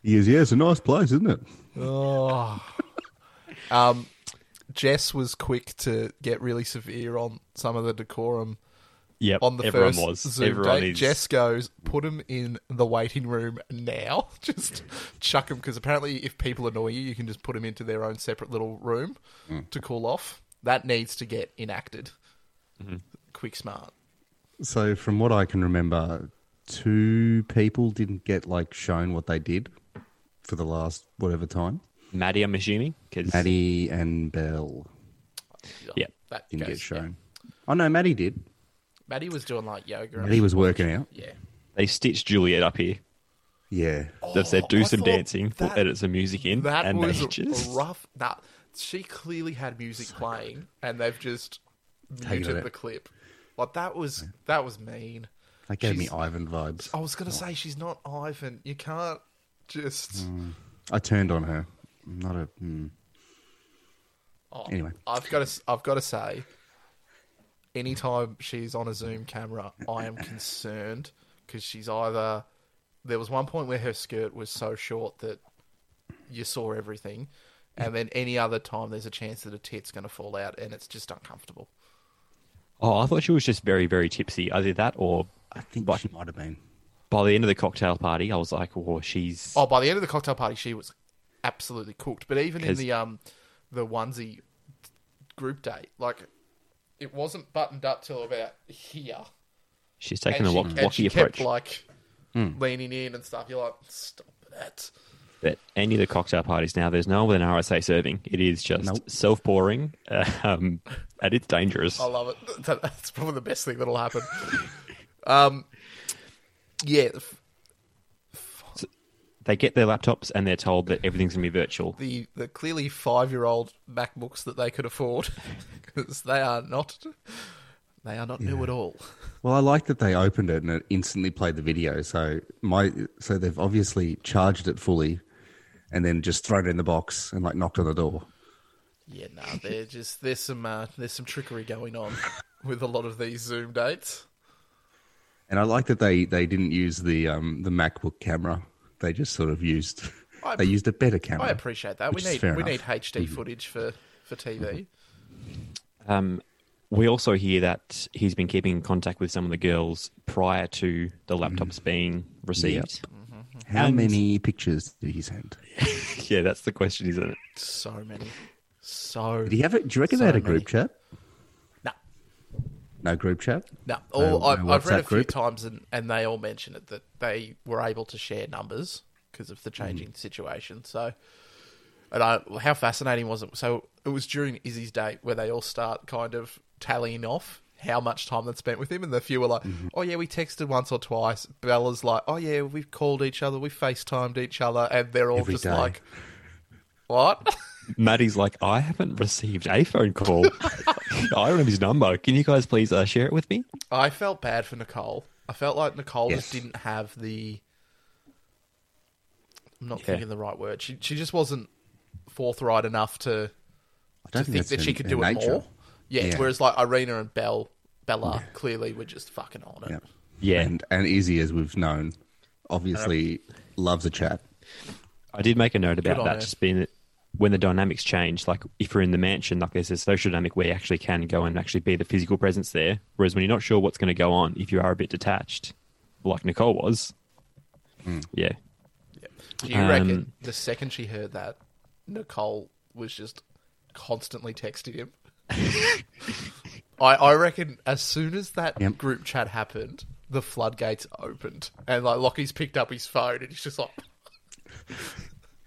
Speaker 3: he goes, yeah, it's a nice place, isn't it?
Speaker 4: Um, Jess was quick to get really severe on some of the decorum
Speaker 2: Yep,
Speaker 4: on the
Speaker 2: everyone
Speaker 4: first
Speaker 2: was.
Speaker 4: Zoom
Speaker 2: everyone
Speaker 4: date.
Speaker 2: is.
Speaker 4: Jess goes, put him in the waiting room now. just chuck him because apparently, if people annoy you, you can just put them into their own separate little room
Speaker 3: Mm.
Speaker 4: to cool off. That needs to get enacted.
Speaker 2: Mm-hmm.
Speaker 4: Quick, smart.
Speaker 3: So, from what I can remember, two people didn't get like shown what they did for the last whatever time.
Speaker 2: Maddie, I'm assuming. Cause,
Speaker 3: Maddie and Belle
Speaker 2: Yeah.
Speaker 4: that
Speaker 3: didn't
Speaker 4: goes-
Speaker 3: get shown. Oh no, Maddie did.
Speaker 4: Maddie was doing like yoga. and
Speaker 3: Maddie was working out.
Speaker 4: yeah.
Speaker 2: They stitched Juliet up here.
Speaker 3: Yeah.
Speaker 2: They've said,
Speaker 4: Oh, I
Speaker 2: "Do some
Speaker 4: thought
Speaker 2: dancing. We'll
Speaker 4: that-
Speaker 2: edit some music in."
Speaker 4: That
Speaker 2: and
Speaker 4: was
Speaker 2: they just
Speaker 4: rough. Nah, she clearly had music playing, and they've just
Speaker 3: Taken
Speaker 4: muted
Speaker 3: it.
Speaker 4: the clip. Like that was that was mean.
Speaker 3: That gave
Speaker 4: She's-
Speaker 3: me Ivan vibes.
Speaker 4: I was gonna say she's not Ivan. You can't just.
Speaker 3: I turned on her. Not a. Mm.
Speaker 4: Oh,
Speaker 3: Anyway.
Speaker 4: I've got to. I've got to say, anytime she's on a Zoom camera, I am concerned because she's either. There was one point where her skirt was so short that you saw everything, and then any other time there's a chance that a tit's going to fall out, and it's just uncomfortable.
Speaker 2: Oh, I thought she was just very, very tipsy. Either that or
Speaker 3: I think she might have been.
Speaker 2: by the end of the cocktail party, I was like, "Oh, she's."
Speaker 4: Oh, by the end of the cocktail party, she was absolutely cooked. But even in
Speaker 2: 'Cause-
Speaker 4: the um, the onesie group date, like it wasn't buttoned up till about here.
Speaker 2: She's taking a
Speaker 4: she-
Speaker 2: lock,
Speaker 4: and she
Speaker 2: locky approach.
Speaker 4: kept like leaning in and stuff. You're like, stop that.
Speaker 2: at any of the cocktail parties now, there's no other than RSA serving. It is just
Speaker 3: Nope.
Speaker 2: self pouring, um, and it's dangerous.
Speaker 4: I love it. That- That's probably the best thing that'll happen. um, yeah, the f-
Speaker 2: They get their laptops and they're told that everything's going to be virtual.
Speaker 4: the the clearly five year old MacBooks that they could afford because they are not they are not new at all.
Speaker 3: Well, I like that they opened it and it instantly played the video. So my so they've obviously charged it fully, and then just thrown it in the box and like knocked on the door.
Speaker 4: Yeah, no, they're just there's some uh, there's some trickery going on with a lot of these Zoom dates.
Speaker 3: And I like that they they didn't use the um the MacBook camera. They just sort of used
Speaker 4: I-
Speaker 3: they used a better camera.
Speaker 4: I appreciate that.
Speaker 3: Mm. Which
Speaker 4: we
Speaker 3: is
Speaker 4: need we
Speaker 3: fair
Speaker 4: need
Speaker 3: enough. Mm-hmm.
Speaker 4: HD footage for for TV.
Speaker 2: We also hear that he's been keeping in contact with some of the girls prior to the laptops being received.
Speaker 3: How
Speaker 2: And-
Speaker 3: many pictures did he send?
Speaker 2: yeah, that's the question, isn't it?
Speaker 4: So many, so
Speaker 3: Did he have it? Do you reckon
Speaker 4: So
Speaker 3: they had a
Speaker 4: many.
Speaker 3: group chat?
Speaker 4: no
Speaker 3: No group chat. Um,
Speaker 4: no. All
Speaker 3: no
Speaker 4: I've, I've read a
Speaker 3: WhatsApp
Speaker 4: few
Speaker 3: group?
Speaker 4: times and and they all mention it that they were able to share numbers because of the
Speaker 3: Hmm.
Speaker 4: changing situation. So. And I, how fascinating was it? So it was during Izzy's date where they all start kind of tallying off how much time they'd spent with him, and the few were like,
Speaker 3: Mm-hmm.
Speaker 4: "Oh yeah, we texted once or twice." Bella's like, "Oh yeah, we've called each other, we FaceTimed each other," and they're all
Speaker 3: Every
Speaker 4: just
Speaker 3: day.
Speaker 4: like, "What?"
Speaker 2: Maddie's like, I haven't received a phone call. I don't have his number. Can you guys please uh, share it with me?
Speaker 4: I felt bad for Nicole. I felt like Nicole just
Speaker 3: Yes.
Speaker 4: didn't have the. I'm not
Speaker 2: Yeah.
Speaker 4: thinking the right word. She she just wasn't forthright enough to
Speaker 3: I
Speaker 4: to think
Speaker 3: that's
Speaker 4: that she
Speaker 3: in-
Speaker 4: could
Speaker 3: in
Speaker 4: do it
Speaker 3: nature.
Speaker 4: more. Yeah,
Speaker 3: Yeah.
Speaker 4: Whereas like Irina and Bell Bella clearly were just fucking on it.
Speaker 3: Yeah.
Speaker 2: Yeah.
Speaker 3: And and Izzy, as we've known, obviously loves a chat.
Speaker 2: I did make a note about
Speaker 4: on her.
Speaker 2: that, just being that when the dynamics change, like if you're in the mansion, like there's a social dynamic where you actually can go and actually be the physical presence there. Whereas when you're not sure what's going to go on, if you are a bit detached, like Nicole was, yeah,
Speaker 4: Do you
Speaker 2: Um,
Speaker 4: reckon the second she heard that, Nicole was just constantly texting him? I, I reckon as soon as that
Speaker 3: Yep.
Speaker 4: group chat happened, the floodgates opened, and like Lockie's picked up his phone and he's just like,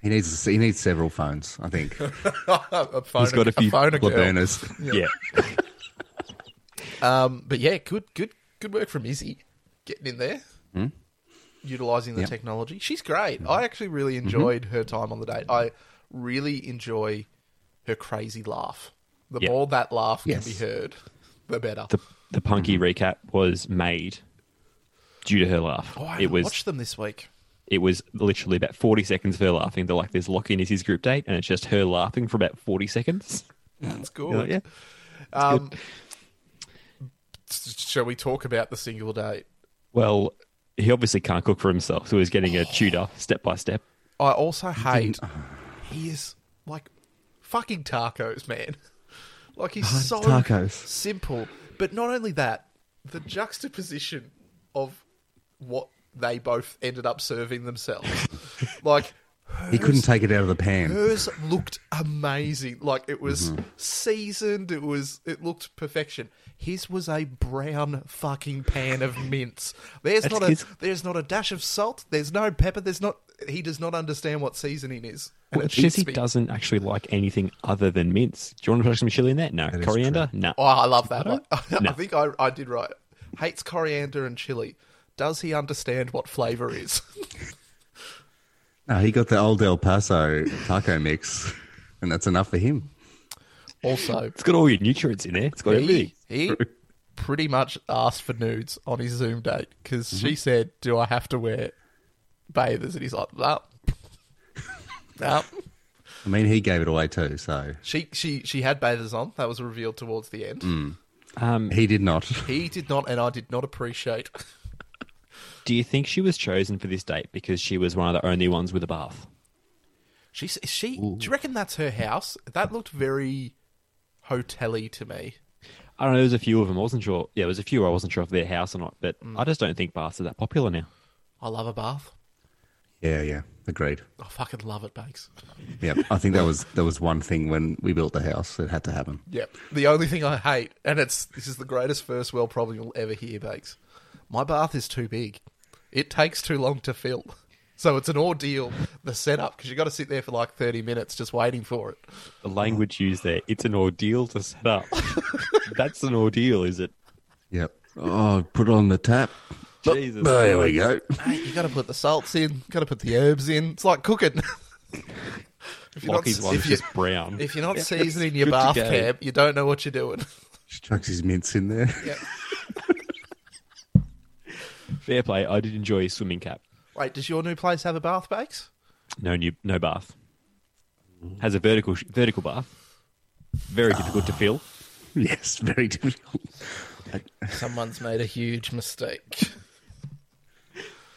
Speaker 3: He needs he needs several phones. I think
Speaker 4: a phone,
Speaker 2: He's got a few
Speaker 4: phone
Speaker 3: Or
Speaker 4: girl.
Speaker 3: burners.
Speaker 2: yeah.
Speaker 4: Um, but yeah, good, good, good work from Izzy getting in there,
Speaker 2: Hmm?
Speaker 4: utilizing the
Speaker 3: Yep.
Speaker 4: technology. She's great.
Speaker 2: Mm-hmm.
Speaker 4: I actually really enjoyed her time on the date. I really enjoy her crazy laugh. The
Speaker 2: Yep.
Speaker 4: more that laugh
Speaker 3: Yes.
Speaker 4: can be heard, the better.
Speaker 2: The the punky recap was made due to her laugh.
Speaker 4: Oh, I
Speaker 2: it
Speaker 4: haven't
Speaker 2: was
Speaker 4: watched them this week.
Speaker 2: it was literally about 40 seconds of her laughing. They're like, there's Lockie and Izzy's group date, and it's just her laughing for about 40 seconds.
Speaker 4: That's good.
Speaker 2: You're like, yeah.
Speaker 4: um, s- shall we talk about the single date?
Speaker 2: Well, he obviously can't cook for himself, so he's getting a tutor step by step.
Speaker 4: I also hate he is like fucking tacos, man. Like he's so
Speaker 3: tacos.
Speaker 4: simple. But not only that, the juxtaposition of what they both ended up serving themselves. like
Speaker 3: He couldn't take it out of the pan.
Speaker 4: hers looked amazing. Like it was
Speaker 2: Mm-hmm.
Speaker 4: seasoned, it was it looked perfection. His was a brown fucking pan of mince. There's
Speaker 2: That's
Speaker 4: not a
Speaker 2: his-
Speaker 4: there's not a dash of salt, there's no pepper, there's not he does not understand what seasoning is. And it
Speaker 2: It's just he
Speaker 4: beats me.
Speaker 2: doesn't actually like anything other than mince. Do you want to put some chili in that? No.
Speaker 3: is
Speaker 2: Coriander? No.
Speaker 4: Oh, I love that. Like, I
Speaker 2: No.
Speaker 4: think I, I did right. Hates coriander and chili. Does he understand what flavour is?
Speaker 3: No, he got the old El Paso taco mix, and that's enough for him.
Speaker 4: also,
Speaker 2: It's got all your nutrients in there. It's got everything.
Speaker 4: he, he pretty much asked for nudes on his Zoom date because she said, Do I have to wear bathers? And he's like, No. no.
Speaker 3: I mean, he gave it away too, so
Speaker 4: She, she, she had bathers on. That was revealed towards the end.
Speaker 3: he did not.
Speaker 4: He did not, and I did not appreciate.
Speaker 2: Do you think she was chosen for this date because she was one of the only ones with a bath?
Speaker 4: She, s- she, do you reckon that's her house? That looked very hotel-y to me.
Speaker 2: I don't know. There's a few of them. I wasn't sure. Yeah, there was a few. I wasn't sure if they're house or not, but I just don't think baths are that popular now.
Speaker 4: I love a bath.
Speaker 3: Yeah, yeah, agreed.
Speaker 4: I fucking love it, Bakes.
Speaker 3: Yeah, I think that was that was one thing when we built the house. It had to happen.
Speaker 4: Yep. The only thing I hate, and it's this is the greatest first world problem you'll ever hear, Bakes. My bath is too big. It takes too long to fill. So it's an ordeal, the setup, because you got to sit there for like 30 minutes just waiting for it.
Speaker 2: The language used there, it's an ordeal to set up. That's an ordeal, is it?
Speaker 3: Yep. Oh, put on the tap.
Speaker 2: Jesus.
Speaker 3: There we go.
Speaker 4: Mate, you got to put the salts in, got to put the herbs in. It's like cooking. if you're
Speaker 2: Lockie's
Speaker 4: not,
Speaker 2: one's
Speaker 4: if you,
Speaker 2: just brown.
Speaker 4: if you're not seasoning your
Speaker 2: good to
Speaker 4: bath
Speaker 2: go.
Speaker 4: cab, you don't know what you're doing.
Speaker 3: She chucks his mints in there.
Speaker 4: Yep.
Speaker 2: Fair play. I did enjoy his swimming cap.
Speaker 4: Wait, does your new place have a bath, Bakes?
Speaker 2: No new, no bath. Has a vertical sh- vertical bath. Very difficult to fill.
Speaker 3: Yes, very difficult.
Speaker 4: Someone's made a huge mistake.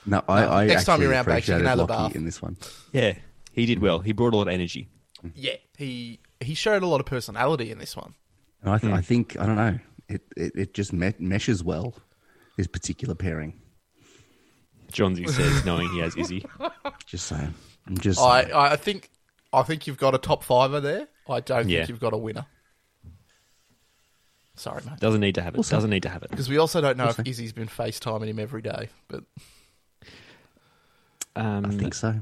Speaker 3: No, I, I
Speaker 4: Next time
Speaker 3: actually
Speaker 4: you're around, Bakes, you can
Speaker 3: appreciated
Speaker 4: have a
Speaker 3: Lockie
Speaker 4: bath.
Speaker 3: in this one.
Speaker 2: Yeah, he did well. He brought a lot of energy.
Speaker 4: Yeah, he he showed a lot of personality in this one.
Speaker 3: And I, th-
Speaker 4: Hmm.
Speaker 3: I think I don't know. It it, it just me- meshes well. This particular pairing.
Speaker 2: Johnsy says, knowing he has Izzy.
Speaker 3: Just saying. I'm just.
Speaker 4: I,
Speaker 3: saying.
Speaker 4: I think I think you've got a top fiver there. I don't
Speaker 2: Yeah.
Speaker 4: think you've got a winner. Sorry, mate.
Speaker 2: Doesn't need to have it. Doesn't need to have it.
Speaker 4: Because we also don't know if Izzy's been FaceTiming him every day. But
Speaker 2: Um,
Speaker 3: I think so.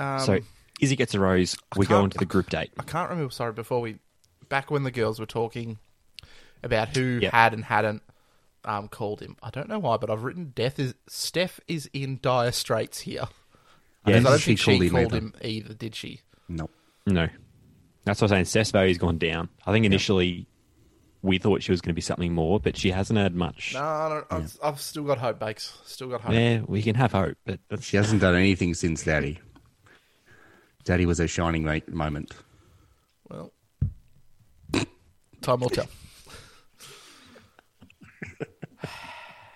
Speaker 4: um,
Speaker 2: so. Izzy gets a rose. We go
Speaker 4: can't-
Speaker 2: on to the group date.
Speaker 4: I can't remember. Sorry, before we back when the girls were talking about who
Speaker 2: Yep.
Speaker 4: had and hadn't um, called him. I don't know why, but I've written death is Steph is in dire straits here.
Speaker 2: Yeah,
Speaker 4: Because I don't
Speaker 3: she
Speaker 4: think she
Speaker 3: called him
Speaker 4: called
Speaker 3: either.
Speaker 4: him either, did she?
Speaker 3: No.
Speaker 2: No. That's what I'm saying. Seth's value's gone down. I think initially we thought she was going to be something more, but she hasn't had much.
Speaker 4: No, I don't, I've, I've still got hope, Bakes. Still got hope.
Speaker 2: Yeah, we can have hope, but that's,
Speaker 3: She hasn't done anything since Daddy. Daddy was her shining ma- moment.
Speaker 4: Well, time will tell.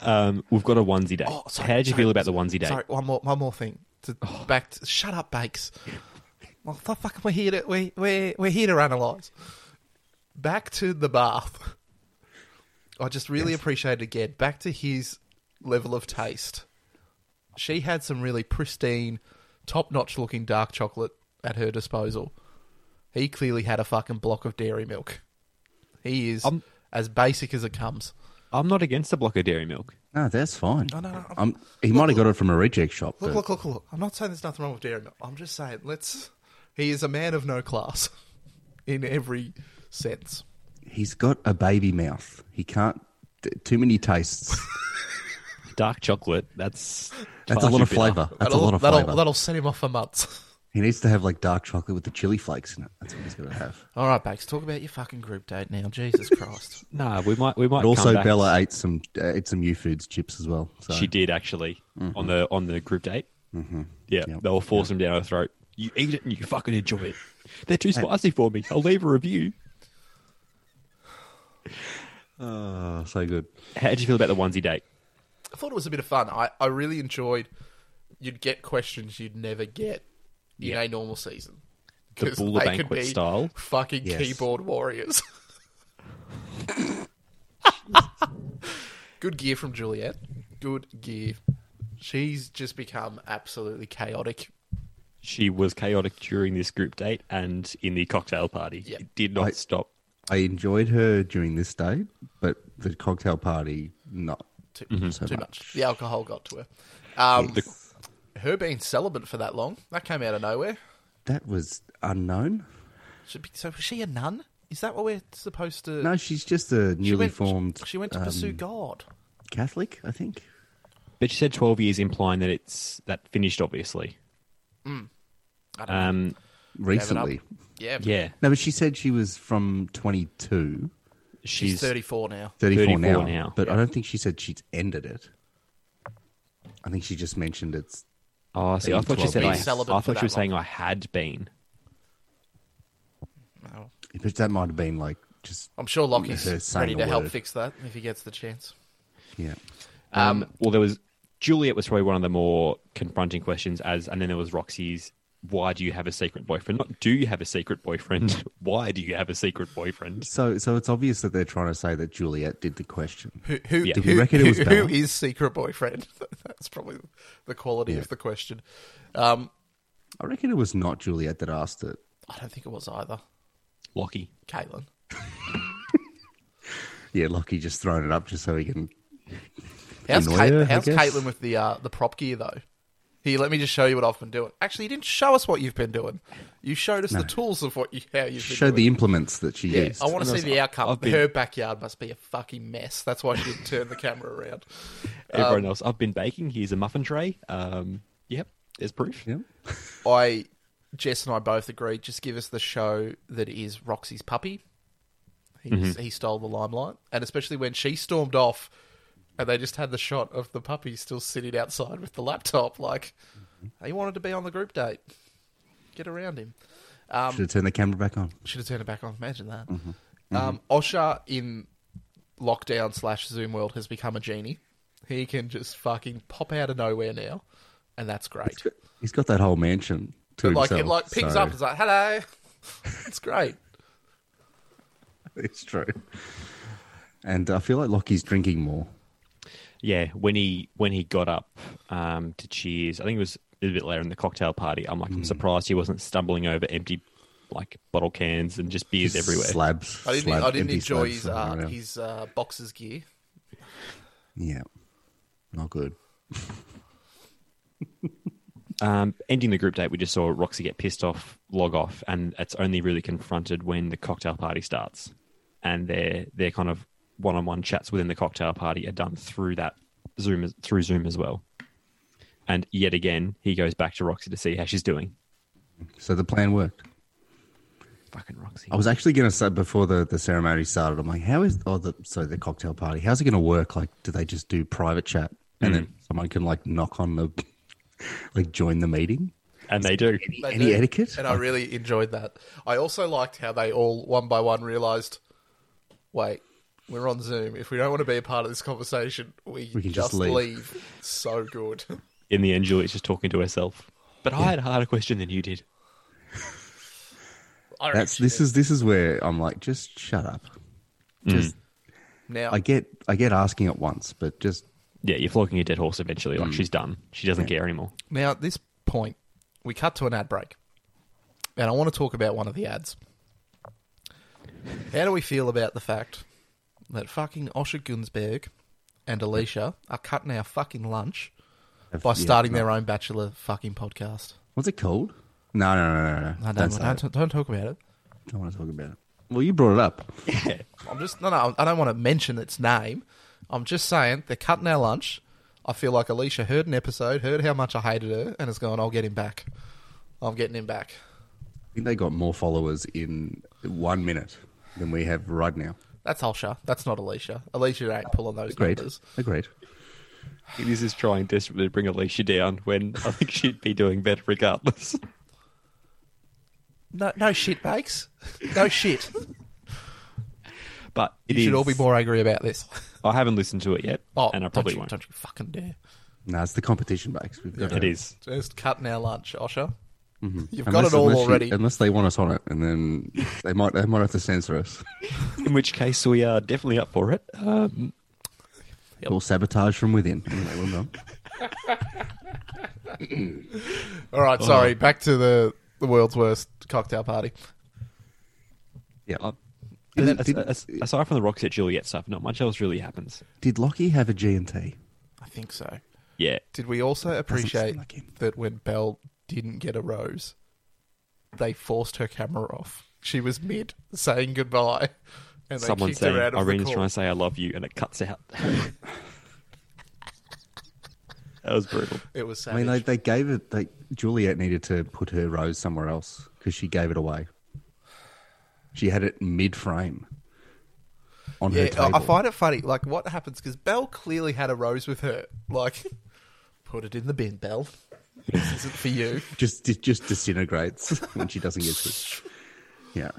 Speaker 2: um, we've got a onesie day.
Speaker 4: Oh, sorry,
Speaker 2: How did you
Speaker 4: sorry,
Speaker 2: feel about the onesie Oh. day?
Speaker 4: Sorry, one more, one more thing. To back, to, shut up, Bakes. Well, th- fucking, we're here to we we we're here to analyze. Back to the bath. I just really appreciated again. Back to his level of taste. She had some really pristine, top-notch looking dark chocolate at her disposal. He clearly had a fucking block of dairy milk. He is
Speaker 2: Um,
Speaker 4: as basic as it comes.
Speaker 2: I'm not against a block of dairy milk.
Speaker 3: No, that's fine.
Speaker 4: no, no, I'm-
Speaker 3: Um, he might have got it from a reject shop.
Speaker 4: Look,
Speaker 3: but
Speaker 4: look, look, look. I'm not saying there's nothing wrong with Darren. I'm just saying, let's. He is a man of no class in every sense.
Speaker 3: He's got a baby mouth. He can't. t- too many tastes.
Speaker 2: Dark chocolate, that's
Speaker 3: That's a lot of
Speaker 2: far too bitter.
Speaker 3: flavour. That's a
Speaker 4: That'll-
Speaker 3: lot of
Speaker 4: that'll,
Speaker 3: flavour.
Speaker 4: That'll set him off for months.
Speaker 3: He needs to have like dark chocolate with the chili flakes in it. That's what he's going to have.
Speaker 4: All right, Bakes, talk about your fucking group date now. Jesus Christ.
Speaker 2: Nah, we might we might.
Speaker 3: But also,
Speaker 2: come back.
Speaker 3: Bella ate some uh, ate some new foods chips as well. So
Speaker 2: She did actually on the on the group date. Yeah,
Speaker 3: Mm-hmm. Yep.
Speaker 2: they'll force them down her throat. You eat it and you fucking enjoy it. They're too spicy for me. I'll leave a review.
Speaker 3: oh, so good.
Speaker 2: How did you feel about the onesie date?
Speaker 4: I thought it was a bit of fun. I, I really enjoyed. You'd get questions you'd never get in
Speaker 2: Yeah.
Speaker 4: a normal season.
Speaker 2: The
Speaker 4: 'Cause
Speaker 2: Buller
Speaker 4: they could
Speaker 2: banquet
Speaker 4: be
Speaker 2: style.
Speaker 4: Fucking
Speaker 3: Yes.
Speaker 4: keyboard warriors. Good gear from Juliet. Good gear. She's just become absolutely chaotic.
Speaker 2: She was chaotic during this group date and in the cocktail party.
Speaker 4: Yeah.
Speaker 2: It did not
Speaker 3: I-
Speaker 2: stop.
Speaker 3: I enjoyed her during this date, but the cocktail party not.
Speaker 4: Too,
Speaker 2: Mm-hmm.
Speaker 3: So
Speaker 4: too
Speaker 3: much.
Speaker 4: much. The alcohol got to her. Um,
Speaker 2: The-
Speaker 4: her being celibate for that long, that came out of nowhere.
Speaker 3: That was unknown.
Speaker 4: Should be, so was she a nun? Is that what we're supposed to?
Speaker 3: No, she's just a
Speaker 4: she
Speaker 3: newly
Speaker 4: went,
Speaker 3: formed.
Speaker 4: She went to
Speaker 3: um,
Speaker 4: pursue God.
Speaker 3: Catholic, I think.
Speaker 2: But she said twelve years, implying that it's that finished obviously.
Speaker 4: Mm. I don't know.
Speaker 2: Um,
Speaker 4: Gave it up.
Speaker 3: Recently,
Speaker 4: Yeah, but
Speaker 2: yeah,
Speaker 3: no, but she said she was from 22,
Speaker 4: she's,
Speaker 2: she's,
Speaker 4: 34 now.
Speaker 3: 34,
Speaker 2: 34
Speaker 3: now,
Speaker 2: now.
Speaker 3: But I don't think she said she's ended it. I think she just mentioned it's.
Speaker 2: Oh, see, I
Speaker 3: Being
Speaker 2: thought she
Speaker 3: 12
Speaker 2: said
Speaker 3: years.
Speaker 2: I, I
Speaker 4: Being celibate
Speaker 2: thought
Speaker 4: for
Speaker 2: she
Speaker 4: that
Speaker 2: was saying
Speaker 4: long.
Speaker 2: I had been.
Speaker 4: No.
Speaker 3: But that might have been like just.
Speaker 4: I'm sure Lockie's
Speaker 3: her saying
Speaker 4: ready
Speaker 3: a
Speaker 4: to help
Speaker 3: word.
Speaker 4: fix that if he gets the chance.
Speaker 3: Yeah.
Speaker 2: Um, well, there was Juliet was probably one of the more confronting questions, as and then there was Roxy's. Why do you have a secret boyfriend? Not do you have a secret boyfriend? Why do you have a secret boyfriend?
Speaker 3: So, so it's obvious that they're trying to say that Juliet did the question.
Speaker 4: Who, who,
Speaker 2: Yeah.
Speaker 3: Did
Speaker 4: who,
Speaker 3: you reckon it was
Speaker 4: who-
Speaker 3: Bella?
Speaker 4: who is secret boyfriend? That's probably the quality of the question. Um,
Speaker 3: I reckon it was not Juliet that asked it.
Speaker 4: I don't think it was either.
Speaker 2: Lockie.
Speaker 4: Caitlin.
Speaker 3: Yeah, Lockie just thrown it up just so he can.
Speaker 4: How's,
Speaker 3: Annoy
Speaker 4: Cait-
Speaker 3: her, I
Speaker 4: how's
Speaker 3: guess.
Speaker 4: Caitlin with the uh, the prop gear though? Here, let me just show you what I've been doing. Actually, you didn't show us what you've been doing. You showed us the tools of what you how you've been
Speaker 3: Show the
Speaker 4: doing.
Speaker 3: implements that she
Speaker 4: yeah,
Speaker 3: used.
Speaker 4: I want to see the outcome.
Speaker 2: I've been-
Speaker 4: Her backyard must be a fucking mess. That's why she didn't turn the camera around.
Speaker 2: Everyone else. I've been baking. Here's a muffin tray. Um, yep, there's proof.
Speaker 3: Yeah.
Speaker 4: I, Jess and I both agreed. Just give us the show that is Roxy's puppy. He's, He stole the limelight, and especially when she stormed off, and they just had the shot of the puppy still sitting outside with the laptop. Like he wanted to be on the group date. Get around him. um,
Speaker 3: Should have turned the camera back on.
Speaker 4: Should have turned it back on. Imagine that. Um, Osha in lockdown slash Zoom world has become a genie. He can just fucking pop out of nowhere now, and that's great.
Speaker 3: He's got that whole mansion to
Speaker 4: But like
Speaker 3: himself.
Speaker 4: it like picks
Speaker 3: so
Speaker 4: up. It's like hello. it's great.
Speaker 3: It's true. And I feel like Lockie's drinking more.
Speaker 2: Yeah, when he when he got up um, to cheers, I think it was a bit later in the cocktail party. I'm like, I'm surprised he wasn't stumbling over empty like bottle cans and just beers everywhere.
Speaker 3: Slabs.
Speaker 4: I didn't.
Speaker 3: slab-
Speaker 4: I didn't
Speaker 3: empty
Speaker 4: enjoy
Speaker 3: slabs
Speaker 4: his
Speaker 3: all
Speaker 4: uh,
Speaker 3: around.
Speaker 4: his uh, boxers gear.
Speaker 3: Yeah. Not good.
Speaker 2: Um, ending the group date, we just saw Roxy get pissed off, log off, and it's only really confronted when the cocktail party starts, and their their kind of one on one chats within the cocktail party are done through that Zoom as- through Zoom as well. And yet again, he goes back to Roxy to see how she's doing.
Speaker 3: So the plan worked.
Speaker 2: Fucking Roxy.
Speaker 3: I was actually going to say before the, the ceremony started, I'm like, how is, oh, the, so the cocktail party, how's it going to work? Like, do they just do private chat and then
Speaker 4: Mm.
Speaker 3: someone can like knock on the, like join the meeting?
Speaker 2: and they do.
Speaker 3: Any,
Speaker 4: They
Speaker 3: any
Speaker 4: do.
Speaker 3: etiquette?
Speaker 4: and I really enjoyed that. I also liked how they all one by one realized, wait, we're on Zoom. If we don't want to be a part of this conversation, we,
Speaker 3: We can
Speaker 4: just,
Speaker 3: just
Speaker 4: leave.
Speaker 3: leave.
Speaker 4: So good.
Speaker 2: In the end, Juliet's just talking to herself. But I had a harder question than you did.
Speaker 4: I
Speaker 3: That's
Speaker 4: reckon
Speaker 3: this is this is where I'm like, just shut up. Just
Speaker 4: now.
Speaker 3: I get I get asking it once, but just
Speaker 2: Yeah, you're flogging a dead horse eventually.
Speaker 3: Hmm.
Speaker 2: Like she's done. She doesn't care anymore.
Speaker 4: Now, at this point, we cut to an ad break. And I want to talk about one of the ads. How do we feel about the fact that fucking Osher Gunsberg and Alicia are cutting our fucking lunch by
Speaker 3: yeah,
Speaker 4: starting
Speaker 3: no.
Speaker 4: their own Bachelor fucking podcast?
Speaker 3: what's it called? No, no, no, no, no.
Speaker 4: I
Speaker 3: don't
Speaker 4: don't,
Speaker 3: say
Speaker 4: don't,
Speaker 3: it.
Speaker 4: don't, don't talk about it.
Speaker 3: don't want to talk about it. Well, you brought it up.
Speaker 4: I'm just, no, no, I don't want to mention its name. I'm just saying they're cutting our lunch. I feel like Alicia heard an episode, heard how much I hated her, and has gone, I'll get him back. I'm getting him back.
Speaker 3: I think they got more followers in one minute than we have right now.
Speaker 4: That's Holsha. That's not Alicia. Alicia ain't pulling those
Speaker 3: Agreed.
Speaker 4: numbers.
Speaker 3: Agreed.
Speaker 2: This is trying desperately to bring Alicia down when I think she'd be doing better regardless.
Speaker 4: No, no shit, Bakes. No shit.
Speaker 2: But it
Speaker 4: you should
Speaker 2: is-
Speaker 4: all be more angry about this.
Speaker 2: I haven't listened to it yet,
Speaker 4: Oh,
Speaker 2: and I probably
Speaker 4: don't you,
Speaker 2: won't.
Speaker 4: Don't you fucking dare.
Speaker 3: No, it's the competition base. We've got
Speaker 2: It is.
Speaker 4: Just cutting our lunch, Osha.
Speaker 2: Mm-hmm.
Speaker 4: You've got
Speaker 3: Unless-
Speaker 4: it all
Speaker 3: unless you-
Speaker 4: already.
Speaker 3: unless they want us on it, and then they might they might have to censor us.
Speaker 2: In which case, we are definitely up for it. Um,
Speaker 4: Yep.
Speaker 3: Or sabotage from within. Anyway, well done.
Speaker 4: All right,
Speaker 2: Oh.
Speaker 4: sorry. Back to the, the world's worst cocktail party.
Speaker 3: Yeah.
Speaker 2: as-
Speaker 3: Didn't-
Speaker 2: as-
Speaker 3: didn't-
Speaker 2: as- aside from the Roxette Juliet stuff, not much else really happens.
Speaker 3: Did Lockie have a G and T?
Speaker 4: I think so.
Speaker 2: Yeah,
Speaker 4: Did we also appreciate
Speaker 3: like him.
Speaker 4: that when Belle didn't get a rose, they forced her camera off? She was mid saying goodbye, and they
Speaker 2: someone
Speaker 4: kicked
Speaker 2: saying
Speaker 4: her out of the
Speaker 2: Irene's
Speaker 4: call.
Speaker 2: trying to say "I love you" and it cuts out. that was brutal.
Speaker 4: It was
Speaker 3: I
Speaker 4: savage.
Speaker 3: mean, they, they gave it. They, Juliet needed to put her rose somewhere else because she gave it away. She had it mid frame on her
Speaker 4: yeah, I-
Speaker 3: table.
Speaker 4: I find it funny. Like, what happens? Because Belle clearly had a rose with her. Like, put it in the bin, Belle. This isn't for you.
Speaker 3: just it just disintegrates when she doesn't get to. Yeah,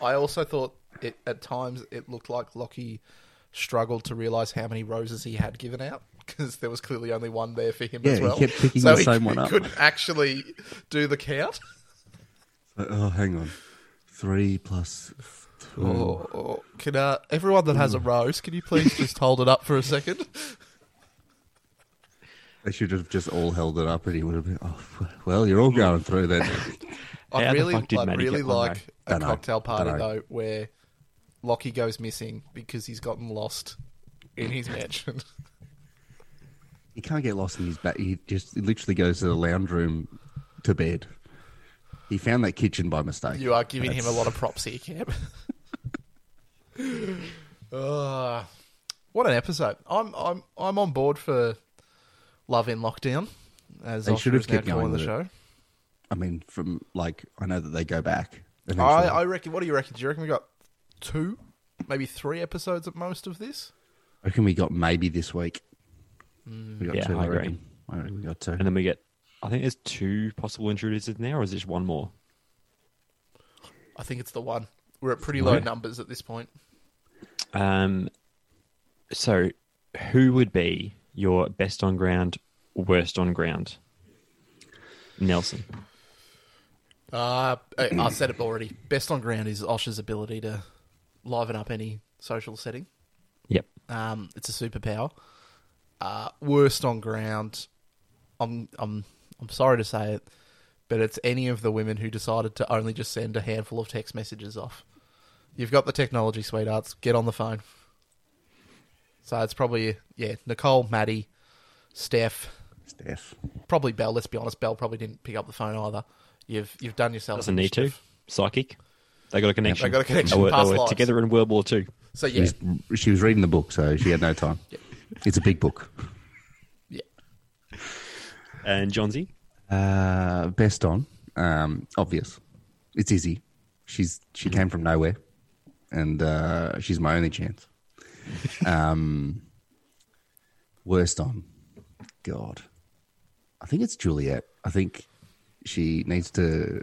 Speaker 4: I also thought it at times it looked like Lockie struggled to realize how many roses he had given out because there was clearly only one there for him
Speaker 3: Yeah,
Speaker 4: as
Speaker 3: he
Speaker 4: well.
Speaker 3: kept picking
Speaker 4: so
Speaker 3: the
Speaker 4: he
Speaker 3: same one up.
Speaker 4: Couldn't actually do the count.
Speaker 3: Uh, oh, hang on, three plus. th-
Speaker 4: Oh, oh, can uh, everyone that has a rose, can you please just hold it up for a second?
Speaker 3: They should have just all held it up, and he would have been. Oh, f- well, you're all going through then.
Speaker 4: I
Speaker 2: How the
Speaker 4: really,
Speaker 2: fuck did
Speaker 4: I
Speaker 2: Maddie
Speaker 4: really
Speaker 2: get one,
Speaker 4: like
Speaker 2: though?
Speaker 4: a
Speaker 3: Dunno.
Speaker 4: cocktail party
Speaker 3: Dunno.
Speaker 4: though where Lockie goes missing because he's gotten lost in his mansion.
Speaker 3: He can't get lost in his back. He just he literally goes to the lounge room to bed. He found that kitchen by mistake.
Speaker 4: You are giving him a lot of props here, Cam. Ah, what an episode! I'm I'm I'm on board for Love in Lockdown, as
Speaker 3: They
Speaker 4: I
Speaker 3: should have kept
Speaker 4: now calling
Speaker 3: going
Speaker 4: the
Speaker 3: with it
Speaker 4: show.
Speaker 3: I mean, from like I know that they go back. eventually.
Speaker 4: I, I reckon. What do you reckon? Do you reckon we got two, maybe three episodes at most of this?
Speaker 3: I reckon we got maybe this week.
Speaker 4: Hmm.
Speaker 3: We got
Speaker 2: Yeah,
Speaker 3: two.
Speaker 2: I
Speaker 3: I
Speaker 2: agree.
Speaker 3: reckon. I reckon we got two.
Speaker 2: And then we get, I think there's two possible intruders in there, or is there just one more?
Speaker 4: I think it's the one. We're at pretty low
Speaker 2: Right.
Speaker 4: numbers at this point.
Speaker 2: Um, so who would be your best on ground, worst on ground? Nelson.
Speaker 4: Uh, I, I said it already. Best on ground is Osha's ability to liven up any social setting.
Speaker 2: Yep.
Speaker 4: Um, it's a superpower. Uh, worst on ground. I'm I'm I'm sorry to say it, but it's any of the women who decided to only just send a handful of text messages off. You've got the technology, sweethearts. Get on the phone. So it's probably yeah, Nicole, Maddie, Steph,
Speaker 3: Steph.
Speaker 4: probably Belle. Let's be honest, Belle probably didn't pick up the phone either. You've you've done yourself
Speaker 2: Doesn't need to.
Speaker 4: initiative.
Speaker 2: Psychic. They got a connection.
Speaker 4: got a connection,
Speaker 2: They were, they
Speaker 4: past
Speaker 2: were
Speaker 4: lives.
Speaker 2: together in World War Two.
Speaker 4: So
Speaker 3: She
Speaker 4: yeah,
Speaker 3: was, she was reading the book, so she had no time. It's a big book.
Speaker 4: yeah.
Speaker 2: And Johnsy.
Speaker 3: Uh, best on, um, obvious. It's Izzy. She's she
Speaker 4: Mm-hmm.
Speaker 3: came from nowhere, and uh, she's my only chance. Um, worst on, God, I think it's Juliet. I think she needs to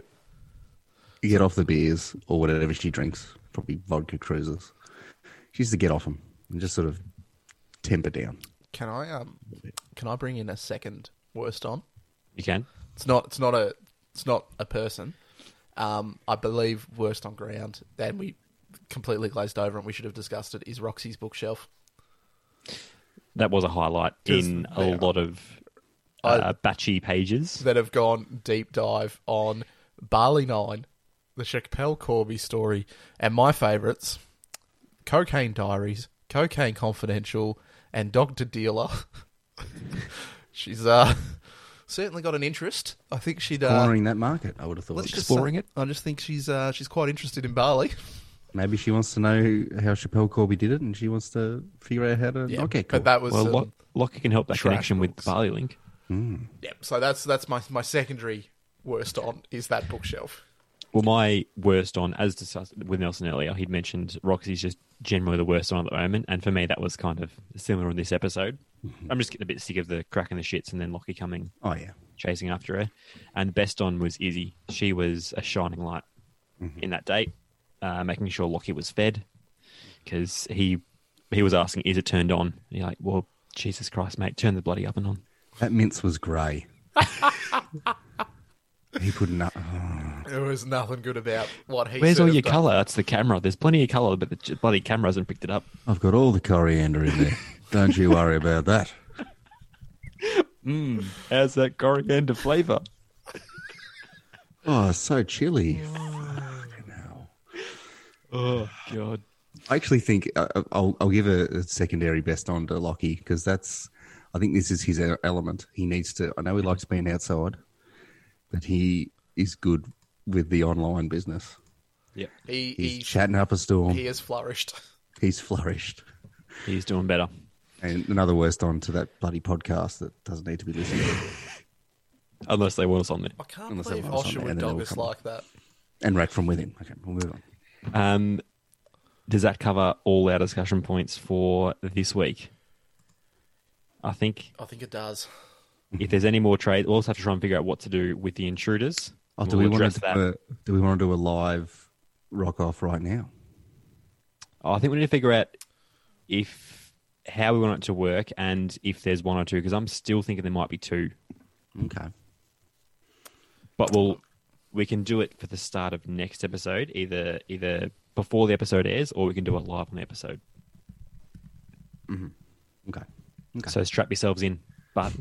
Speaker 3: get off the beers or whatever she drinks, probably vodka cruisers. She needs to get off them and just sort of temper down.
Speaker 4: Can I um can I bring in a second worst on?
Speaker 2: You can.
Speaker 4: It's not. It's not a. It's not a person. Um, I believe worst on ground, and we completely glazed over, and we should have discussed it. Is Roxy's bookshelf?
Speaker 2: That was a highlight
Speaker 4: Just
Speaker 2: in a
Speaker 4: there.
Speaker 2: lot of uh, batchy pages.
Speaker 4: that have gone deep dive on Barley Nine, the Chappelle Corby story, and my favourites Cocaine Diaries, Cocaine Confidential, and Dr. Dealer. She's uh, certainly got an interest. I think she'd. Uh,
Speaker 3: Cornering that market, I would have thought.
Speaker 4: let's just
Speaker 2: exploring
Speaker 4: say-
Speaker 2: it.
Speaker 4: I just think she's uh, she's quite interested in barley.
Speaker 3: Maybe she wants to know how Chappelle Corby did it, and she wants to figure out how to. okay, cool.
Speaker 4: But that was
Speaker 2: Well,
Speaker 4: um,
Speaker 2: Lock Lockie can help that
Speaker 4: trash
Speaker 2: connection with
Speaker 4: books.
Speaker 2: Barley Link.
Speaker 4: Yep. So that's that's my my secondary worst on is that bookshelf.
Speaker 2: Well, my worst on, as discussed with Nelson earlier, he'd mentioned Roxy's just generally the worst on at the moment, and for me that was kind of similar in this episode. I'm just getting a bit sick of the crack in the shits and then Lockie coming
Speaker 3: Oh yeah.
Speaker 2: chasing after her. And best on was Izzy. She was a shining light in that date, uh, making sure Lockie was fed because he he was asking, "Is it turned on?" And you're like, "Well, Jesus Christ, mate, turn the bloody oven on."
Speaker 3: That mince was grey. he put not. Oh,
Speaker 4: There was nothing good about what he.
Speaker 2: Where's
Speaker 4: should
Speaker 2: all
Speaker 4: have
Speaker 2: your
Speaker 4: done.
Speaker 2: colour? That's the camera. There's plenty of colour, but the j- bloody camera hasn't picked it up.
Speaker 3: I've got all the coriander in there. Don't you worry about that.
Speaker 2: How's that coriander flavour?
Speaker 3: Oh, it's so chilly. Fucking hell.
Speaker 2: Oh God.
Speaker 3: I actually think I- I'll, I'll give a a secondary best on to Lockie because that's, I think this is his e- element. He needs to, I know he likes being outside, but he is good with the online business.
Speaker 2: Yep.
Speaker 4: He
Speaker 3: He's
Speaker 4: he,
Speaker 3: chatting up a storm.
Speaker 4: he has flourished.
Speaker 3: He's flourished.
Speaker 2: He's doing better.
Speaker 3: And another worst on to that bloody podcast that doesn't need to be listened to.
Speaker 2: Unless they want us on there.
Speaker 4: I can't
Speaker 3: Unless
Speaker 4: believe
Speaker 3: everyone was on
Speaker 4: Osher
Speaker 3: there,
Speaker 4: would
Speaker 3: then it
Speaker 4: dog
Speaker 3: will
Speaker 4: us
Speaker 3: come
Speaker 4: like that.
Speaker 3: And right from within. Okay, we'll move on.
Speaker 2: Um, does that cover all our discussion points for this week? I think
Speaker 4: I think it does.
Speaker 2: if there's any more trade, we'll also have to try and figure out what to do with the intruders.
Speaker 3: Oh, do
Speaker 2: We'll
Speaker 3: we want
Speaker 2: address
Speaker 3: to do a, do we want to do a live rock off right now?
Speaker 2: Oh, I think we need to figure out if how we want it to work and if there's one or two because I'm still thinking there might be two,
Speaker 3: Okay.
Speaker 2: but we'll we can do it for the start of next episode, either either before the episode airs or we can do it live on the episode.
Speaker 3: Okay. Okay.
Speaker 2: So strap yourselves in. But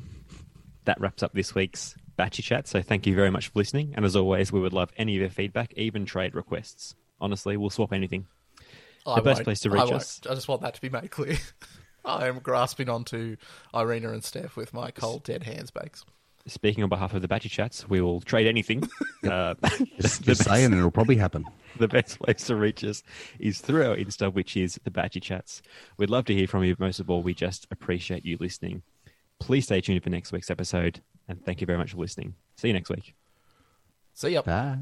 Speaker 2: that wraps up this week's Batchy Chat. So thank you very much for listening. And as always, we would love any of your feedback, even trade requests. Honestly, we'll swap anything.
Speaker 4: I
Speaker 2: The best
Speaker 4: won't.
Speaker 2: place to
Speaker 4: I
Speaker 2: reach
Speaker 4: won't.
Speaker 2: us.
Speaker 4: I just want that to be made clear. I am grasping onto Irina and Steph with my cold dead hands bakes.
Speaker 2: Speaking on behalf of the Batchy Chats, we will trade anything. uh,
Speaker 3: Just,
Speaker 2: the
Speaker 3: just saying, and it'll probably happen.
Speaker 2: the best place to reach us is through our Insta, which is the Badgy Chats. We'd love to hear from you. Most of all, we just appreciate you listening. Please stay tuned for next week's episode, and thank you very much for listening. See you next week.
Speaker 4: See ya.
Speaker 3: Bye.